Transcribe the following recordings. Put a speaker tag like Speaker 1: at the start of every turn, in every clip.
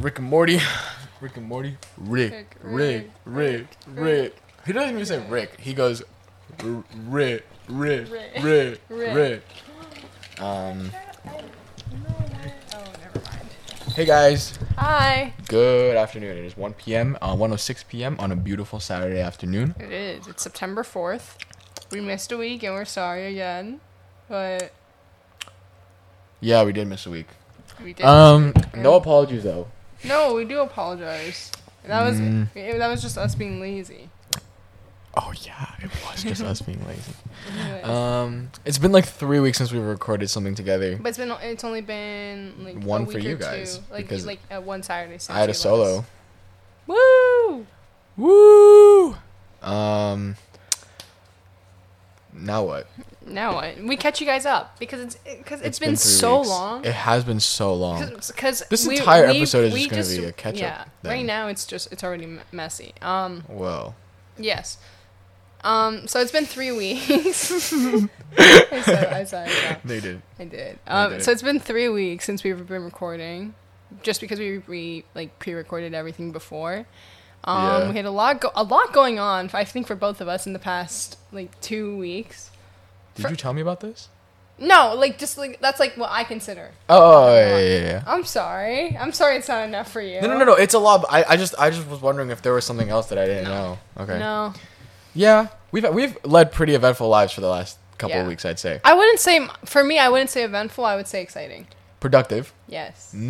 Speaker 1: Rick and Morty. Rick and Morty. Rick.
Speaker 2: Rick,
Speaker 1: Rick. Rick. Rick.
Speaker 2: Rick, Rick.
Speaker 1: He doesn't even say Rick. He goes "R- Rick. Rick.
Speaker 2: Rick,
Speaker 1: Rick.
Speaker 2: Rick."
Speaker 1: Rick. Um.
Speaker 2: Oh, never mind.
Speaker 1: Hey guys.
Speaker 2: Hi.
Speaker 1: Good afternoon. It is 1 p.m. Uh, 1:06 p.m. on a beautiful Saturday afternoon.
Speaker 2: It is. It's September 4th. We missed a week and we're sorry again. But
Speaker 1: Yeah, we did miss a week.
Speaker 2: we did.
Speaker 1: Um. No apologies though.
Speaker 2: no, we do apologize. That was
Speaker 1: Mm.
Speaker 2: it- that was just us being lazy.
Speaker 1: Oh yeah, it was just us being lazy.
Speaker 2: Anyways.
Speaker 1: Um. It's been like three weeks since we recorded something together.
Speaker 2: but it's been it's only been like a
Speaker 1: One for
Speaker 2: week
Speaker 1: you
Speaker 2: or
Speaker 1: guys,
Speaker 2: two, like
Speaker 1: because
Speaker 2: like uh, one Saturday. Since
Speaker 1: I had
Speaker 2: we
Speaker 1: a
Speaker 2: last-
Speaker 1: solo.
Speaker 2: Woo!
Speaker 1: Woo! Um. Now what?
Speaker 2: Now what? we catch you guys up because it's because it's
Speaker 1: three
Speaker 2: been, so
Speaker 1: weeks.
Speaker 2: long.
Speaker 1: It has been so long.
Speaker 2: because
Speaker 1: This entire episode is just gonna be a catch-up
Speaker 2: Yeah, right
Speaker 1: thing.
Speaker 2: now it's just it's already m- messy. Um,
Speaker 1: Well,
Speaker 2: yes. Um, so it's been three weeks. I said, I said, I, said.
Speaker 1: they did.
Speaker 2: I did. Um,
Speaker 1: did.
Speaker 2: so it's been three weeks since we've been recording, just because we we like pre-recorded everything before. Um,
Speaker 1: Yeah.
Speaker 2: we had a lot go- a lot going on. I think for both of us in the past like two weeks.
Speaker 1: Did
Speaker 2: For-
Speaker 1: you tell me about this?
Speaker 2: No, like just like that's like what I consider.
Speaker 1: Oh yeah, yeah, yeah.
Speaker 2: I'm sorry. I'm sorry. It's not enough for you.
Speaker 1: No, no, no, no. It's a lot. but I, I just, I just was wondering if there was something else that I didn't know. Okay.
Speaker 2: No.
Speaker 1: Yeah, we've we've led pretty eventful lives for the last couple of
Speaker 2: Yeah.
Speaker 1: weeks, I'd say.
Speaker 2: I wouldn't say for me. I wouldn't say eventful. I would say exciting.
Speaker 1: Productive.
Speaker 2: Yes,
Speaker 1: Mm,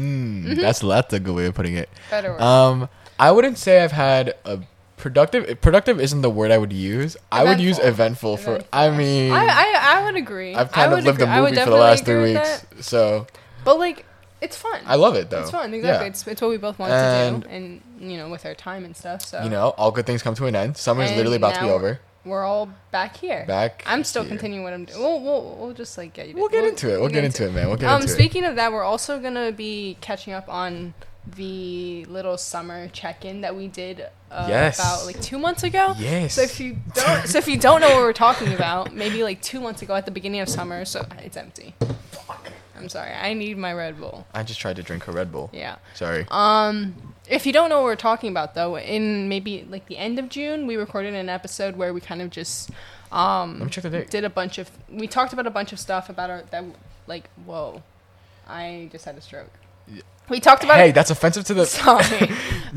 Speaker 2: Mm-hmm.
Speaker 1: That's that's a good way of putting it.
Speaker 2: better word.
Speaker 1: Um, I wouldn't say I've had a productive. Productive isn't the word I would use. I would use eventful, for. I mean,
Speaker 2: I,
Speaker 1: I,
Speaker 2: I I would agree.
Speaker 1: have kind
Speaker 2: I
Speaker 1: of
Speaker 2: would
Speaker 1: lived the
Speaker 2: agree- I would
Speaker 1: movie for the
Speaker 2: definitely
Speaker 1: last three
Speaker 2: agree with
Speaker 1: weeks, so
Speaker 2: that. But like, it's fun.
Speaker 1: I love it though.
Speaker 2: It's fun.
Speaker 1: Yeah.
Speaker 2: Exactly. It's it's what we both wanted
Speaker 1: And-
Speaker 2: to do, and you know, with our time and stuff. So
Speaker 1: You know, all good things come to an end. Summer's
Speaker 2: And
Speaker 1: literally about to be
Speaker 2: now-
Speaker 1: over.
Speaker 2: we're all back here.
Speaker 1: Back
Speaker 2: I'm still
Speaker 1: here.
Speaker 2: continuing what I'm doing. We'll, we'll we'll just like get you.
Speaker 1: We'll get into it. We'll get into it, man. We'll get
Speaker 2: Um,
Speaker 1: into it.
Speaker 2: speaking of that, we're also gonna be catching up on the little summer check-in that we did uh,
Speaker 1: Yes.
Speaker 2: about like two months ago.
Speaker 1: Yes.
Speaker 2: So if you don't, so if you don't know what we're talking about, maybe like two months ago at the beginning of summer, so it's empty. I'm sorry. I need my Red Bull.
Speaker 1: I just tried to drink a Red Bull.
Speaker 2: Yeah. Um,
Speaker 1: Sorry.
Speaker 2: If you don't know what we're talking about, though, in maybe like the end of June, we recorded an episode where we kind of just um,
Speaker 1: Let me check the date.
Speaker 2: did a bunch of we talked about a bunch of stuff about our that like whoa, I just had a stroke. We talked about
Speaker 1: Hey, that's offensive to the
Speaker 2: sorry.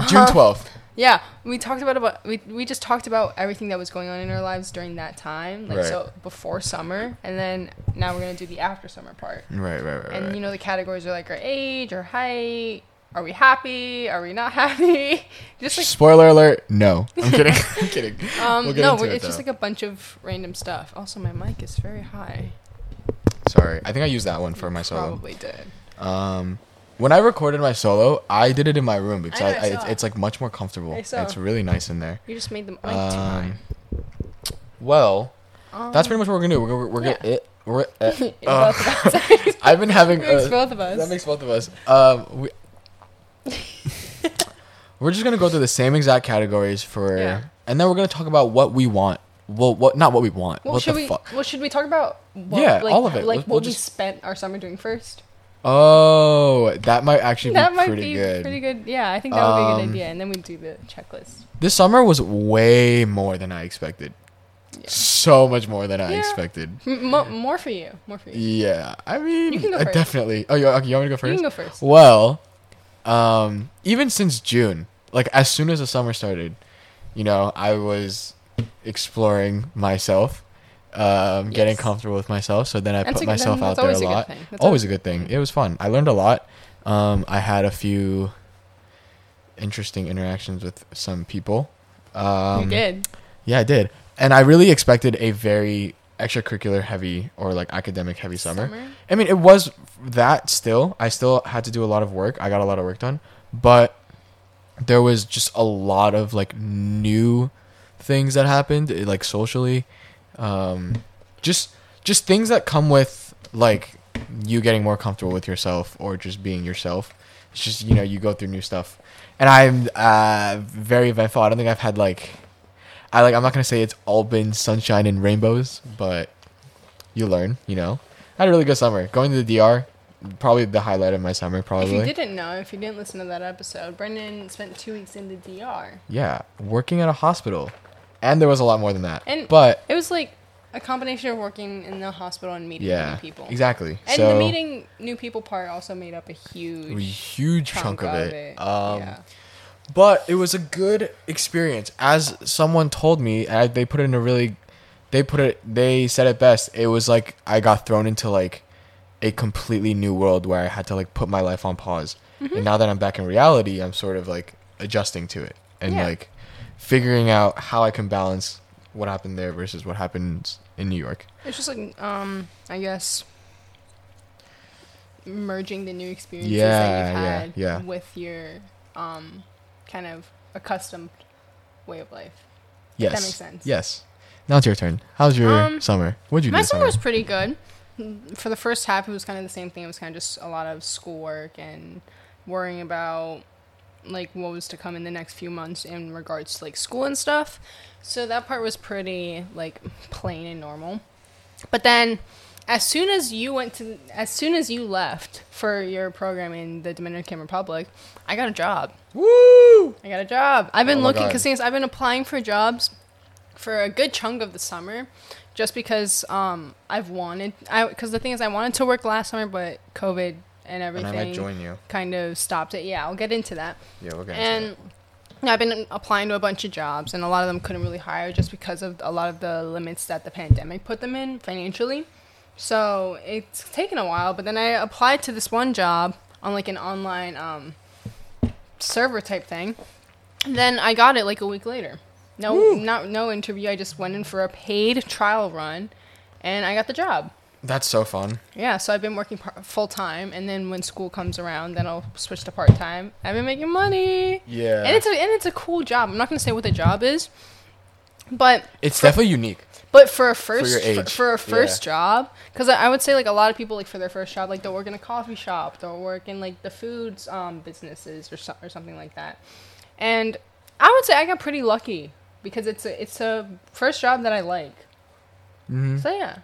Speaker 1: June twelfth.
Speaker 2: Yeah, we talked about about we we just talked about everything that was going on in our lives during that time, like
Speaker 1: Right.
Speaker 2: so before summer, and then now we're gonna do the after summer part.
Speaker 1: Right, right, right,
Speaker 2: And
Speaker 1: right.
Speaker 2: you know the categories are like our age, our height, are we happy, are we not happy? Just like
Speaker 1: Spoiler alert. No, I'm kidding. I'm kidding.
Speaker 2: um
Speaker 1: We'll get
Speaker 2: no,
Speaker 1: into
Speaker 2: we're,
Speaker 1: it,
Speaker 2: it's just
Speaker 1: though.
Speaker 2: like a bunch of random stuff. Also, my mic is very high.
Speaker 1: Sorry, I think I used that one for my solo.
Speaker 2: Probably did.
Speaker 1: Um, when I recorded my solo, I did it in my room because
Speaker 2: I
Speaker 1: I,
Speaker 2: know, I
Speaker 1: I- it's,
Speaker 2: saw.
Speaker 1: it's like much more comfortable.
Speaker 2: I saw.
Speaker 1: It's really nice in there.
Speaker 2: You just made the mic too high.
Speaker 1: Um, well,
Speaker 2: Um,
Speaker 1: that's pretty much what we're gonna do. We're gonna- we're, gonna- it- we're eh,
Speaker 2: It's
Speaker 1: uh,
Speaker 2: both of us.
Speaker 1: I've been having
Speaker 2: Makes
Speaker 1: uh,
Speaker 2: both of us.
Speaker 1: That makes both of us. Um, we we're just gonna go through the same exact categories for,
Speaker 2: Yeah.
Speaker 1: and then we're gonna talk about what we want. Well, what not what we want.
Speaker 2: Well,
Speaker 1: what
Speaker 2: should
Speaker 1: the
Speaker 2: we?
Speaker 1: fuck?
Speaker 2: Well, should we talk about? What,
Speaker 1: Yeah,
Speaker 2: like,
Speaker 1: all of it.
Speaker 2: Like
Speaker 1: Let's-
Speaker 2: what
Speaker 1: we'll
Speaker 2: we
Speaker 1: just-
Speaker 2: spent our summer doing first.
Speaker 1: Oh, that might actually
Speaker 2: That
Speaker 1: be
Speaker 2: might
Speaker 1: pretty
Speaker 2: be
Speaker 1: good.
Speaker 2: pretty good. Yeah, I think that would be a
Speaker 1: Um,
Speaker 2: good idea. And then we do the checklist.
Speaker 1: This summer was way more than I expected. So much more than I
Speaker 2: Yeah.
Speaker 1: expected.
Speaker 2: M- mo- more for you. More for you.
Speaker 1: Yeah, I mean,
Speaker 2: You can go
Speaker 1: uh,
Speaker 2: first.
Speaker 1: definitely. Oh, you, okay, you want me to go
Speaker 2: You
Speaker 1: first?
Speaker 2: can go first.
Speaker 1: Well, um, even since June, like as soon as the summer started, you know, I was exploring myself, um, getting
Speaker 2: Yes.
Speaker 1: comfortable with myself. So then I
Speaker 2: That's a
Speaker 1: put
Speaker 2: good-
Speaker 1: myself out
Speaker 2: that's
Speaker 1: there a
Speaker 2: always a good
Speaker 1: lot.
Speaker 2: thing. That's
Speaker 1: always a good thing. It was fun. I learned a lot. Um, I had a few interesting interactions with some people. Um,
Speaker 2: you did.
Speaker 1: yeah, I did. And I really expected a very extracurricular heavy or like academic heavy summer.
Speaker 2: Summer?
Speaker 1: I mean, it was that still. I still had to do a lot of work. I got a lot of work done, but there was just a lot of like new things that happened eh, like socially um just just things that come with like you getting more comfortable with yourself or just being yourself it's just you know you go through new stuff and i'm uh very eventful i don't think i've had like i like i'm not gonna say it's all been sunshine and rainbows but you learn you know i had a really good summer going to the dr probably the highlight of my summer.
Speaker 2: If you
Speaker 1: Probably.
Speaker 2: didn't know, if you didn't listen to that episode, Brendan spent two weeks in the DR.
Speaker 1: Yeah, working at a hospital, and there was a lot more than that.
Speaker 2: And-
Speaker 1: but
Speaker 2: It was like a combination of working in the hospital and meeting
Speaker 1: yeah,
Speaker 2: new people.
Speaker 1: exactly.
Speaker 2: And
Speaker 1: so,
Speaker 2: the meeting new people part also made up a huge
Speaker 1: a huge chunk, of it. Um,
Speaker 2: yeah.
Speaker 1: But it was a good experience. As someone told me, I, they put it in a really, they put it, they said it best. It was like I got thrown into like a completely new world where I had to like put my life on pause.
Speaker 2: Mm-hmm.
Speaker 1: And now that I'm back in reality, I'm sort of like adjusting to it and
Speaker 2: Yeah.
Speaker 1: like figuring out how I can balance what happened there versus what happens in New York.
Speaker 2: It's just like um, I guess merging the new experiences that
Speaker 1: Yeah,
Speaker 2: you've
Speaker 1: yeah,
Speaker 2: had
Speaker 1: yeah.
Speaker 2: with your um, kind of accustomed way of life.
Speaker 1: Yes.
Speaker 2: that makes sense.
Speaker 1: Yes. Now it's your turn. How's your
Speaker 2: Um,
Speaker 1: summer? What'd you do?
Speaker 2: My
Speaker 1: this
Speaker 2: summer was pretty good. For the first half, it was kind of the same thing. It was kind of just a lot of schoolwork and worrying about like what was to come in the next few months in regards to like school and stuff. So that part was pretty like plain and normal. But then, as soon as you went to, as soon as you left for your program in the Dominican Republic, I got a job.
Speaker 1: Woo!
Speaker 2: I got a job. I've been
Speaker 1: Oh my
Speaker 2: looking
Speaker 1: God.
Speaker 2: because I've been applying for jobs for a good chunk of the summer, just because um I've wanted I because the thing is I wanted to work last summer, but COVID
Speaker 1: And
Speaker 2: and
Speaker 1: I
Speaker 2: everything
Speaker 1: might join you.
Speaker 2: kind of stopped it. Yeah, I'll get into that.
Speaker 1: Yeah, we'll get into
Speaker 2: and yeah, I've been applying to a bunch of jobs, and a lot of them couldn't really hire just because of a lot of the limits that the pandemic put them in financially. So it's taken a while, but then I applied to this one job on like an online um, server type thing. And then I got it like a week later. No, not no interview. I just went in for a paid trial run, and I got the job.
Speaker 1: That's so fun.
Speaker 2: Yeah, so I've been working par- full time, and then when school comes around, then I'll switch to part time. I've been making money.
Speaker 1: Yeah.
Speaker 2: and it's a and it's a cool job. I'm not gonna say what the job is, but
Speaker 1: It's definitely unique.
Speaker 2: but for a first
Speaker 1: your
Speaker 2: for,
Speaker 1: age.
Speaker 2: for a first job, because I, I would say like a lot of people like for their first job, like they'll work in a coffee shop, they'll work in like the foods um, businesses or so, or something like that. And I would say I got pretty lucky because it's a it's a first job that I like.
Speaker 1: Mm-hmm.
Speaker 2: So yeah,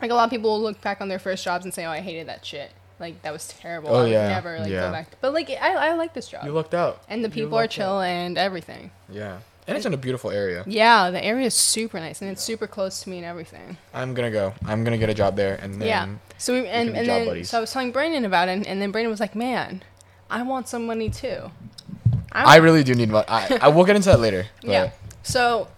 Speaker 2: like a lot of people will look back on their first jobs and say, "Oh, I hated that shit. Like that was terrible.
Speaker 1: Oh,
Speaker 2: I would
Speaker 1: yeah,
Speaker 2: never like
Speaker 1: yeah.
Speaker 2: go back." But like I I like this job.
Speaker 1: You looked out.
Speaker 2: and the
Speaker 1: You
Speaker 2: people are
Speaker 1: lucked
Speaker 2: chill
Speaker 1: out.
Speaker 2: and everything.
Speaker 1: Yeah. And it's in a beautiful area.
Speaker 2: Yeah, the area is super nice and it's super close to me and everything.
Speaker 1: I'm gonna go. I'm gonna get a job there and then
Speaker 2: Yeah. So we and,
Speaker 1: be
Speaker 2: and
Speaker 1: job
Speaker 2: then
Speaker 1: buddies.
Speaker 2: so I was telling Brandon about it, and, and then Brandon was like, "Man, I want some money too." I
Speaker 1: I really do need money. I, I will get into that later. But
Speaker 2: yeah. So,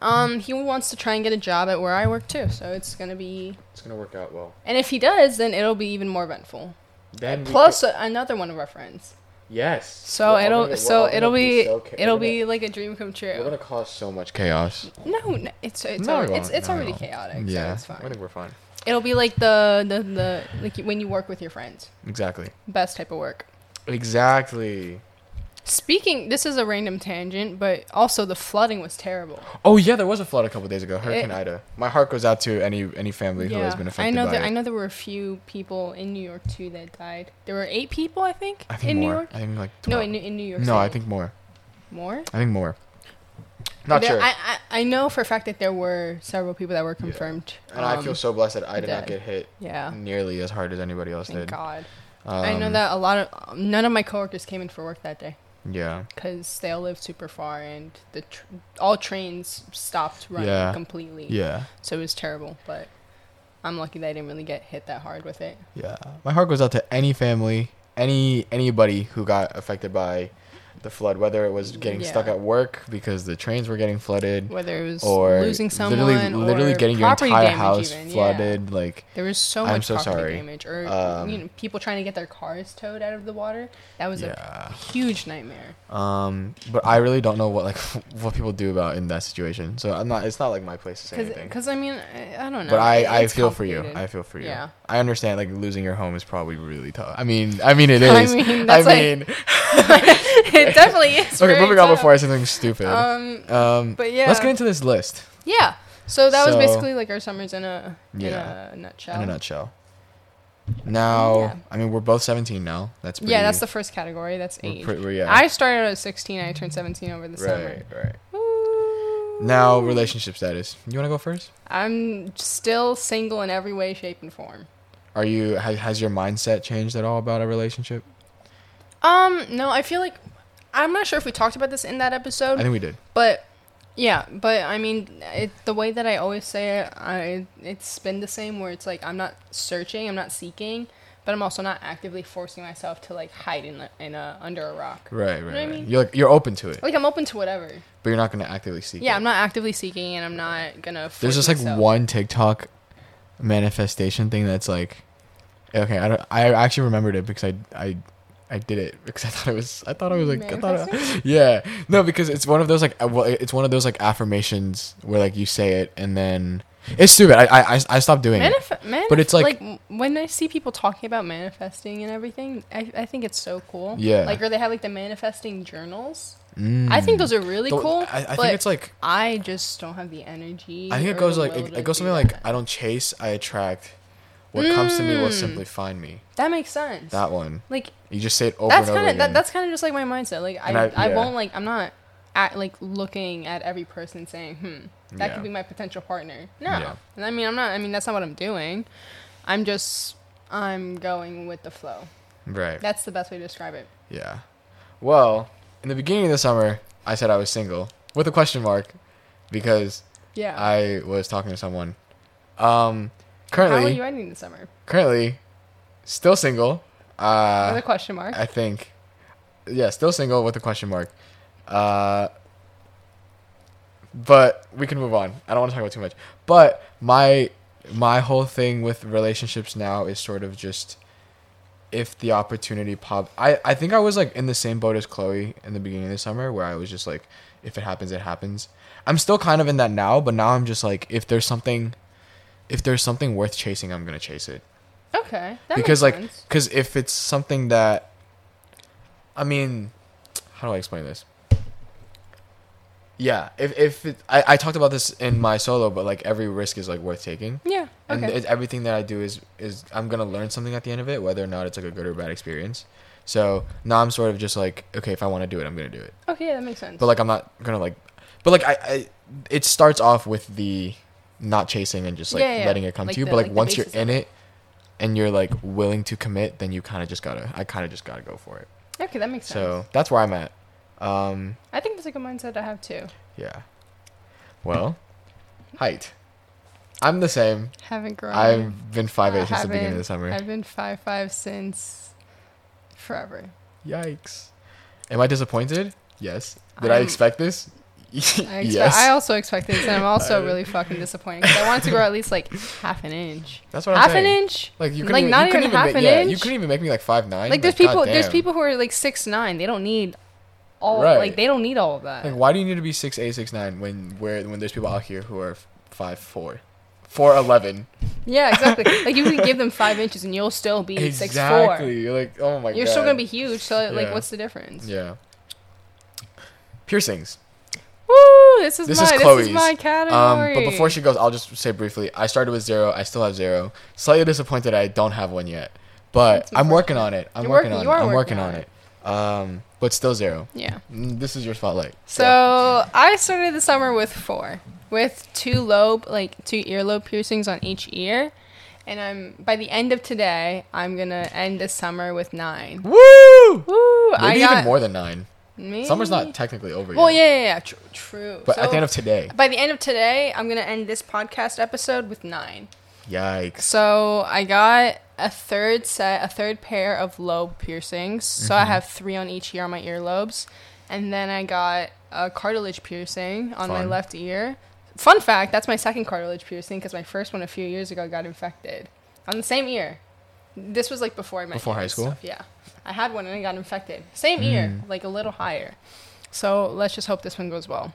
Speaker 2: um, he wants to try and get a job at where I work too. So it's gonna be,
Speaker 1: It's gonna work out well.
Speaker 2: and if he does, then it'll be even more eventful.
Speaker 1: Then we
Speaker 2: Plus uh, another one of our friends.
Speaker 1: could- yes.
Speaker 2: So
Speaker 1: We're all
Speaker 2: it'll
Speaker 1: gonna- we're all
Speaker 2: so
Speaker 1: gonna
Speaker 2: it'll be,
Speaker 1: so ca-
Speaker 2: it'll
Speaker 1: we're gonna-
Speaker 2: be like a dream come true.
Speaker 1: We're gonna cause so much chaos.
Speaker 2: no, no, it's it's
Speaker 1: No,
Speaker 2: already,
Speaker 1: we
Speaker 2: it's,
Speaker 1: won't.
Speaker 2: it's
Speaker 1: No, we
Speaker 2: already
Speaker 1: won't.
Speaker 2: chaotic. So
Speaker 1: yeah.
Speaker 2: it's
Speaker 1: I think
Speaker 2: fine.
Speaker 1: we're fine.
Speaker 2: It'll be like the the the like when you work with your friends.
Speaker 1: Exactly.
Speaker 2: Best type of work.
Speaker 1: Exactly.
Speaker 2: Speaking, this is a random tangent, but also the flooding was terrible.
Speaker 1: Oh yeah, there was a flood a couple days ago, Hurricane
Speaker 2: It-
Speaker 1: Ida. My heart goes out to any any family who has been affected
Speaker 2: I know
Speaker 1: by
Speaker 2: that.
Speaker 1: it.
Speaker 2: I know there were a few people in New York too that died. There were eight people, I think,
Speaker 1: I think
Speaker 2: in
Speaker 1: more.
Speaker 2: New York.
Speaker 1: I think like
Speaker 2: No,
Speaker 1: 12.
Speaker 2: in, New- in New York.
Speaker 1: no, I
Speaker 2: City.
Speaker 1: think more.
Speaker 2: more.
Speaker 1: I think more. Not
Speaker 2: There-
Speaker 1: sure.
Speaker 2: I, I I know for a fact that there were several people that were confirmed.
Speaker 1: and I
Speaker 2: um,
Speaker 1: feel so blessed that I did not
Speaker 2: dead.
Speaker 1: get hit
Speaker 2: Yeah.
Speaker 1: nearly as hard as anybody else
Speaker 2: Thank
Speaker 1: did.
Speaker 2: God.
Speaker 1: Um,
Speaker 2: I know that a lot of um, none of my coworkers came in for work that day
Speaker 1: Yeah.
Speaker 2: because they all live super far and the tr- all trains stopped running
Speaker 1: Yeah.
Speaker 2: completely.
Speaker 1: Yeah.
Speaker 2: So it was terrible, but I'm lucky that I didn't really get hit that hard with it.
Speaker 1: Yeah. My heart goes out to any family, any anybody who got affected by the flood, whether it was getting
Speaker 2: Yeah.
Speaker 1: stuck at work because the trains were getting flooded
Speaker 2: Whether it was
Speaker 1: or
Speaker 2: losing someone,
Speaker 1: literally literally
Speaker 2: or
Speaker 1: getting your
Speaker 2: property
Speaker 1: entire
Speaker 2: damage
Speaker 1: house
Speaker 2: even. Yeah.
Speaker 1: flooded like
Speaker 2: There was so
Speaker 1: I'm
Speaker 2: much
Speaker 1: so
Speaker 2: property
Speaker 1: sorry.
Speaker 2: damage, or
Speaker 1: Um,
Speaker 2: you know, people trying to get their cars towed out of the water. That was
Speaker 1: Yeah.
Speaker 2: a huge nightmare.
Speaker 1: um but I really don't know what like what people do about in that situation. So I'm not it's not like my place to say anything.
Speaker 2: Because I mean, I, I don't know.
Speaker 1: But I, I
Speaker 2: It's
Speaker 1: feel for you.
Speaker 2: complicated.
Speaker 1: I feel for you.
Speaker 2: Yeah.
Speaker 1: I understand like losing your home is probably really tough. I mean, I mean it is.
Speaker 2: I
Speaker 1: I
Speaker 2: mean,
Speaker 1: mean,
Speaker 2: that's like- it definitely is.
Speaker 1: okay,
Speaker 2: very
Speaker 1: moving on
Speaker 2: tough.
Speaker 1: before I say something stupid. Um,
Speaker 2: Um,
Speaker 1: but
Speaker 2: but
Speaker 1: yeah.
Speaker 2: yeah.
Speaker 1: Let's get into this list
Speaker 2: yeah. So that was
Speaker 1: So-
Speaker 2: basically like our summers in a in
Speaker 1: Yeah.
Speaker 2: a nutshell.
Speaker 1: in a nutshell. Now,
Speaker 2: Yeah.
Speaker 1: I mean, we're both 17 now. That's pretty,
Speaker 2: yeah, that's the first category. That's
Speaker 1: we're
Speaker 2: age.
Speaker 1: pretty- we're- yeah.
Speaker 2: I started at 16. I turned 17 over the summer.
Speaker 1: right, right.
Speaker 2: Woo.
Speaker 1: Now, relationship status. You want to go first?
Speaker 2: I'm still single in every way, shape, and form.
Speaker 1: Are you ha- has your mindset changed at all about a relationship?
Speaker 2: Um, no, I feel like I'm not sure if we talked about this in that episode,
Speaker 1: I think we did.
Speaker 2: but yeah, but I mean, it, the way that I always say it, I it's been the same where it's like I'm not searching, I'm not seeking, but I'm also not actively forcing myself to like hide in a, in a under a rock.
Speaker 1: Right, right.
Speaker 2: what I
Speaker 1: right.
Speaker 2: mean?
Speaker 1: You're like, you're open to it,
Speaker 2: Like I'm open to whatever.
Speaker 1: but you're not gonna actively seek.
Speaker 2: Yeah,
Speaker 1: it.
Speaker 2: I'm not actively seeking, and I'm not gonna.
Speaker 1: There's
Speaker 2: force
Speaker 1: just like
Speaker 2: myself.
Speaker 1: one TikTok manifestation thing that's like, okay, I don't. I actually remembered it because I I I did it because I thought it was I thought it was like I thought it, yeah no because it's one of those like uh, well, it's one of those like affirmations where like you say it and then it's stupid. I I I- I stopped doing it.
Speaker 2: Manif- manif-
Speaker 1: But it's like-
Speaker 2: w- when I see people talking about manifesting and everything, I, I think it's so cool.
Speaker 1: Yeah.
Speaker 2: like or they have like the manifesting journals.
Speaker 1: Mm.
Speaker 2: I think those are really
Speaker 1: Though,
Speaker 2: cool.
Speaker 1: I, I
Speaker 2: but
Speaker 1: think it's like
Speaker 2: I just don't have the energy.
Speaker 1: I think it
Speaker 2: or
Speaker 1: goes
Speaker 2: the
Speaker 1: like
Speaker 2: will
Speaker 1: it,
Speaker 2: to
Speaker 1: it goes
Speaker 2: do
Speaker 1: something
Speaker 2: that.
Speaker 1: like I don't chase, I attract. What comes to me will
Speaker 2: Mm.
Speaker 1: simply find me.
Speaker 2: that makes sense.
Speaker 1: That one.
Speaker 2: like
Speaker 1: You just say it over
Speaker 2: that's
Speaker 1: and over
Speaker 2: kind of that,
Speaker 1: again.
Speaker 2: that's kind of just like my mindset. Like I
Speaker 1: And I-
Speaker 2: I,
Speaker 1: yeah.
Speaker 2: won't like I'm not at like looking at every person saying hmm that
Speaker 1: Yeah.
Speaker 2: could be my potential partner. No,
Speaker 1: Yeah.
Speaker 2: and I mean I'm not. I mean that's not what I'm doing. I'm just I'm going with the flow.
Speaker 1: right.
Speaker 2: That's the best way to describe it.
Speaker 1: Yeah. Well, in the beginning of the summer, I said I was single with a question mark because
Speaker 2: Yeah.
Speaker 1: I was talking to someone. Um,
Speaker 2: How are
Speaker 1: currently,
Speaker 2: you ending the summer?
Speaker 1: currently, still single.
Speaker 2: With
Speaker 1: Uh,
Speaker 2: a question mark.
Speaker 1: I think, yeah, still single with a question mark. Uh, but we can move on. I don't want to talk about it too much. But my my whole thing with relationships now is sort of just if the opportunity pop. I I think I was like in the same boat as Chloe in the beginning of the summer, where I was just like, if it happens, it happens. I'm still kind of in that now, but now I'm just like, if there's something, if there's something worth chasing, I'm gonna chase it
Speaker 2: okay. That
Speaker 1: because like
Speaker 2: makes sense.
Speaker 1: because if it's something that i mean how do i explain this yeah if if it, I, I talked about this in my solo but like every risk is like worth taking
Speaker 2: yeah.
Speaker 1: and
Speaker 2: Okay.
Speaker 1: it, everything that i do is is i'm gonna learn something at the end of it whether or not it's like a good or bad experience so now i'm sort of just like okay if i want to do it i'm gonna do it
Speaker 2: okay. Yeah, that makes sense.
Speaker 1: but like i'm not gonna like but like i, I it starts off with the not chasing and just like
Speaker 2: Yeah, yeah,
Speaker 1: letting it come
Speaker 2: like
Speaker 1: to you
Speaker 2: the-
Speaker 1: but like,
Speaker 2: like the
Speaker 1: once you're
Speaker 2: basis
Speaker 1: in it and you're like willing to commit then you kind of just gotta i kind of just gotta go for it
Speaker 2: okay. That makes sense.
Speaker 1: so that's where i'm at um
Speaker 2: I think that's a good mindset to have too.
Speaker 1: yeah well height i'm the same
Speaker 2: Haven't grown.
Speaker 1: i've been five
Speaker 2: I
Speaker 1: eight since the beginning of
Speaker 2: haven't-
Speaker 1: the summer
Speaker 2: I've been five five since forever.
Speaker 1: yikes am i disappointed yes did i
Speaker 2: I'm-
Speaker 1: expect this
Speaker 2: I, expe-
Speaker 1: yes
Speaker 2: I also expect this, and I'm also
Speaker 1: I-
Speaker 2: really fucking disappointed because I wanted to grow at least like half an inch.
Speaker 1: that's what i'm
Speaker 2: half
Speaker 1: saying
Speaker 2: an inch.
Speaker 1: Like you couldn't
Speaker 2: Like,
Speaker 1: even,
Speaker 2: not
Speaker 1: you couldn't
Speaker 2: even half
Speaker 1: ma-
Speaker 2: an
Speaker 1: yeah, You
Speaker 2: inch?
Speaker 1: couldn't even make me like five nine.
Speaker 2: Like there's people. There's people who are like six nine. They don't need all.
Speaker 1: Right.
Speaker 2: Like they don't need all of that.
Speaker 1: Like why do you need to be six eight six nine when where when there's people out here who are five four, four eleven.
Speaker 2: Yeah, exactly. like you could give them five inches and you'll still be six four.
Speaker 1: Exactly. You're like oh my god.
Speaker 2: You're still gonna be huge, so like,
Speaker 1: Yeah.
Speaker 2: what's the difference?
Speaker 1: Yeah. Piercings.
Speaker 2: Woo! This is
Speaker 1: This
Speaker 2: my
Speaker 1: is
Speaker 2: this is my
Speaker 1: Chloe's. Um,
Speaker 2: category.
Speaker 1: but before she goes, I'll just say briefly. I started with zero. I still have zero. Slightly disappointed I don't have one yet, but
Speaker 2: That's
Speaker 1: I'm working on it. I'm
Speaker 2: You're
Speaker 1: working,
Speaker 2: working-
Speaker 1: on
Speaker 2: you
Speaker 1: it.
Speaker 2: are
Speaker 1: I'm working
Speaker 2: working
Speaker 1: on
Speaker 2: on
Speaker 1: it. Um, but still zero.
Speaker 2: yeah.
Speaker 1: Mm, This is your spotlight.
Speaker 2: So I started the summer with four, with two lobe, like two earlobe piercings on each ear, and I'm by the end of today, I'm gonna end the summer with nine. Woo!
Speaker 1: Woo!
Speaker 2: I
Speaker 1: Maybe
Speaker 2: got
Speaker 1: even more than nine.
Speaker 2: maybe-
Speaker 1: Summer's not technically over
Speaker 2: Well, yeah,
Speaker 1: yet.
Speaker 2: yeah, yeah. Tr- true.
Speaker 1: But at
Speaker 2: So,
Speaker 1: the end of today,
Speaker 2: by the end of today, I'm gonna end this podcast episode with nine.
Speaker 1: yikes.
Speaker 2: So I got a third set, a third pair of lobe piercings. So
Speaker 1: Mm-hmm.
Speaker 2: I have three on each ear on my earlobes, and then I got a cartilage piercing on my
Speaker 1: Fun.
Speaker 2: left ear. Fun fact: that's my second cartilage piercing because my first one a few years ago got infected on the same ear. This was like before I met
Speaker 1: Before
Speaker 2: you
Speaker 1: high
Speaker 2: and
Speaker 1: school? Mm.
Speaker 2: stuff, Yeah, I had one and it got infected. Same ear, like a little higher. So let's just hope this one goes well.